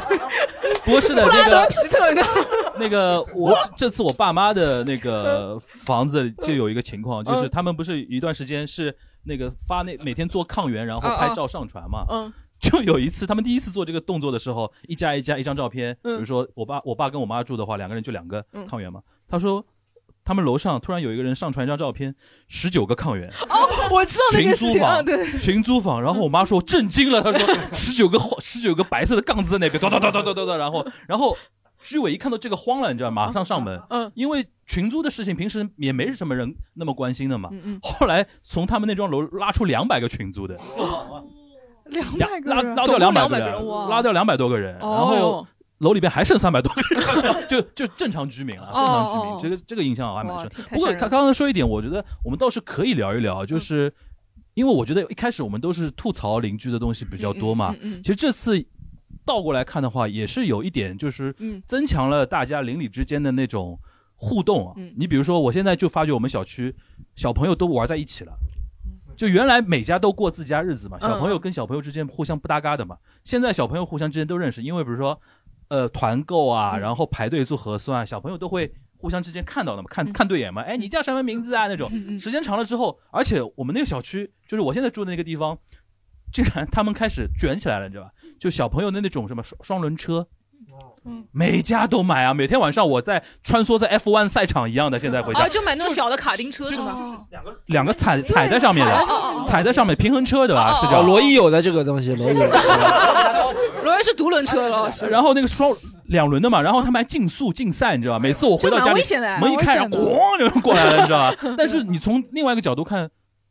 S3: 不是的，
S5: 布拉
S3: 那
S5: 德
S3: 个
S5: 皮特呢？
S3: 那个我这次我爸妈的那个房子就有一个情
S5: 嗯
S3: 况，就是他们不是一段时间是那个发那每天做抗原，然后拍照上传嘛。
S5: 嗯，
S3: 就有一次，他们第一次做这个动作的时候，一家一家一张照片，比
S5: 嗯
S3: 如说我爸我爸跟我妈住的话，两个人就两个
S5: 嗯
S3: 抗原嘛。他说他们楼上突然有一个人上传一张照片，十九个抗原。
S5: 哦，我知道那
S3: 群
S5: 件事
S3: 租
S5: 情啊，
S3: 房，
S5: 对，
S3: 群租房。然后我妈说震惊了，她说十九个 十九个白色的杠子在那边，叨叨叨叨叨叨叨。然后然后居委一看到这个慌了，你知道吗，马上上门。
S5: 嗯，
S3: 因为群租的事情平时也没什么人那么关心的嘛。
S5: 嗯嗯
S3: 后来从他们那幢楼拉出两百个群租的，
S2: 两
S3: 拉
S2: 百个
S3: 拉
S2: 人，
S3: 拉掉两百个
S2: 人，
S3: 人，拉掉两百多个人，然
S2: 哦
S3: 后
S2: 哟。
S3: 楼里边还剩三百多个人， 就就正常居民了，正常居
S5: 哦哦
S3: 民，
S5: 哦
S3: 这个这个印象还蛮
S5: 哇
S3: 深
S5: 太。太
S3: 不过
S5: 吓人
S3: 他
S5: 了嗯
S3: 刚刚说一点，我觉得我们倒是可以聊一聊，就是因为我觉得一开始我们都是吐槽邻居的东西比较多嘛
S5: 嗯嗯嗯嗯，
S3: 其实这次倒过来看的话，也是有一点就是
S5: 嗯
S3: 增强了大家邻里之间的那种互动啊
S5: 嗯。
S3: 你比如说，我现在就发觉我们小区小朋友都玩在一起了。就原来每家都过自己家日子嘛，小朋友跟小朋友之间互相不搭嘎的嘛。现在小朋友互相之间都认识，因为比如说，呃，团购啊，然后排队做核酸啊，小朋友都会互相之间看到的嘛，看看对眼嘛，哎，你叫什么名字啊那种。时间长了之后，而且我们那个小区，就是我现在住的那个地方，竟然他们开始卷起来了，你知道吧？就小朋友的那种什么双双轮车，每家都买啊，每天晚上我在穿梭在 F1 赛场一样的，现在回家
S5: 啊，就买那种小的卡丁车是
S3: 哦
S5: 吧？
S3: 两个踩踩在上面
S5: 踩哦
S3: 的，踩在上面平衡车对吧？是叫
S16: 哦罗伊有的这个东西，罗伊有的。
S5: 罗源是独轮车了，哦是
S3: 然后那个双两轮的嘛，然后他们还竞速竞赛，你知道吧？每次我回到
S5: 这
S3: 家
S5: 蛮
S3: 里
S5: 危险的，
S3: 门一开，然
S5: 蛮
S3: 后
S5: 危险的
S3: 哐就过来了，你知道吧？但是你从另外一个角度看，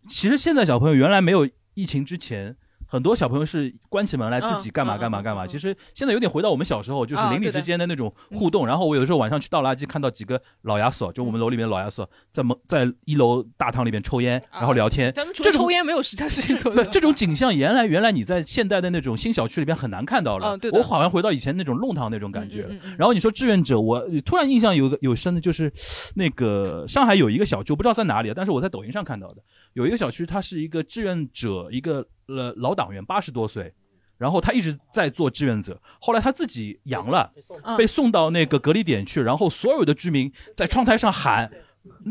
S3: 其实现在小朋友原来没有疫情之前。很多小朋友是关起门来自
S5: 嗯
S3: 己干嘛干嘛干嘛，其实现在有点回到我们小时候，就是
S5: 啊
S3: 邻里
S5: 对的
S3: 之间的那种互动。然后我有的时候晚上去倒垃圾，看到几个老亚索，就我们楼里面的老亚索在门在一楼大堂里面抽烟，然后聊天。
S5: 咱们除
S3: 这
S5: 了
S3: 种
S5: 抽烟没有其他事情做
S3: 不
S5: 的，，
S3: 呃这种景象原来原来你在现代的那种新小区里边很难看到了。
S5: 嗯对的嗯
S3: 我好像回到以前那种弄堂那种感觉。然后你说志愿者，我突然印象有个有深的就是，那个上海有一个小区，我不知道在哪里啊，但是我在抖音上看到的，有一个小区，它是一个志愿者，一个呃老党员，八十多岁。然后他一直在做志愿者，后来他自己阳了
S5: 嗯，
S3: 被送到那个隔离点去，然后所有的居民在窗台上喊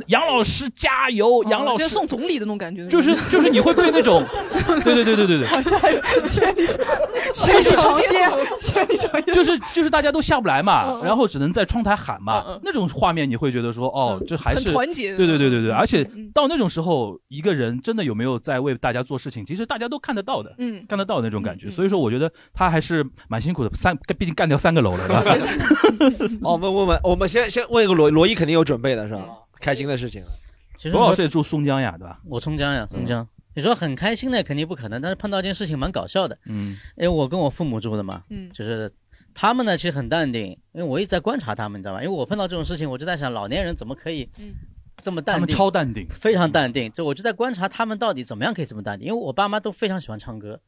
S3: 杨老师加油，杨老
S5: 就
S3: 师
S5: 哦是送总理的那种感觉，
S3: 就是就是你会被那 种，对对对 对对对，
S5: 千里
S3: 千里长 街
S17: 千 里长
S3: 街，就是就是大家都下不来
S5: 嗯
S3: 嘛，然后只能在窗台喊嘛，那种画面你会觉得说，哦，这还是
S5: 嗯很团结的嗯
S3: 对对对对对，而且到那种时候，一个人真的有没有在为大家做事情，其实大家都看得到的，
S5: 嗯
S3: 看得到那种感觉，所以说我觉得他还是蛮辛苦的，三毕竟干掉三个楼了，是吧？
S2: 哦，我们我们我们先先问一个罗罗伊，肯定有准备的是吧？开心的事情。
S4: 其实
S3: 罗
S4: 我
S3: 老师也住松江呀，对吧？嗯
S4: 我松江呀，松江。你说很开心的肯定不可能，但是碰到一件事情蛮搞笑的。
S3: 嗯，
S4: 因为我跟我父母住的嘛，
S5: 嗯
S4: 就是他们呢其实很淡定，因为我一直在观察他们，你知道吧？因为我碰到这种事情，我就在想老年人怎么可以这么淡定，
S3: 他们超淡定，
S4: 非常淡定。就我就在观察他们到底怎么样可以这么淡定，因为我爸妈都非常喜欢唱歌，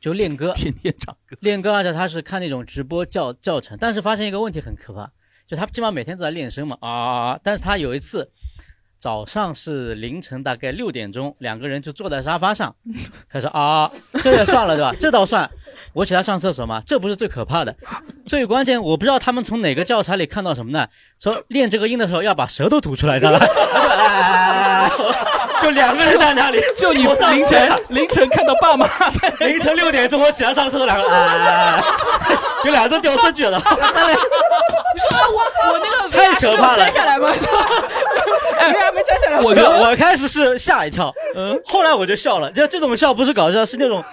S4: 就练歌，
S3: 天天唱歌，
S4: 练歌，而且他是看那种直播教教程，但是发现一个问题很可怕，就他基本上每天都在练声嘛啊啊，啊但是他有一次。早上是凌晨大概六点钟，两个人就坐在沙发上，开始啊，这也算了对吧？这 倒算。我请他上厕所嘛，这不是最可怕的，最关键我不知道他们从哪个教材里看到什么呢？说练这个音的时候要把舌头吐出来，知道 吧？啊 就两个人在那里，
S3: 就你
S4: 我上
S3: 凌晨凌晨看到爸妈，，
S4: 凌晨六点钟我起来上厕所，两个啊，就两只屌丝举了，
S5: 你说哎我我那个
S4: 太可怕了
S5: VR 是有摘下来吗？ 哎，为啥没摘下来？
S4: 我我开始是吓一跳，嗯，后来我就笑了。就这种笑不是搞笑，是那种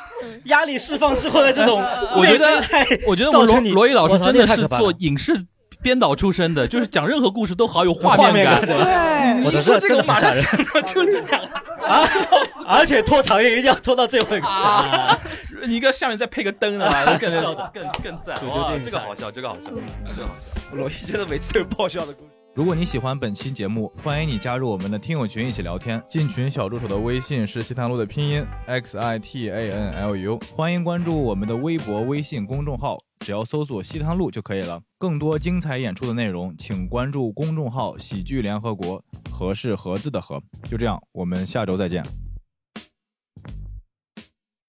S4: 压力释放之后的这种
S3: 呃我觉得
S4: 内啡肽
S3: 我觉得我
S4: 造
S3: 罗
S4: 成你
S3: 罗毅老师
S4: 我操
S3: 真
S4: 那
S3: 的
S4: 个太
S3: 是
S4: 可怕
S3: 做
S4: 了
S3: 影视编导出身的，就是讲任何故事都好有
S4: 画
S3: 面
S4: 面感
S3: 感。
S4: 对
S3: 你
S4: 我
S3: 一
S4: 的
S3: 说
S4: 这
S3: 这个
S4: 真的
S3: 马
S4: 很
S3: 上
S4: 吓人
S3: 想到就是
S4: 啊，而且拖长音一定要拖到最后一个。啊
S3: 你应该下面再配个灯 啊，更
S4: 笑的
S3: 更更赞
S4: 主角
S3: 哇
S4: 电！影
S3: 这个好笑，这个好笑，这个好 笑。
S2: 罗毅真的每次都有爆笑的故事。
S1: 如果你喜欢本期节目，欢迎你加入我们的听友群一起聊天。进群小助手的微信是西塘路的拼音 x i t a n l u，欢迎关注我们的微博、微信公众号，只要搜索西塘路就可以了。更多精彩演出的内容，请关注公众号“喜剧联合国”，和是“和”字的“和”。就这样，我们下周再见。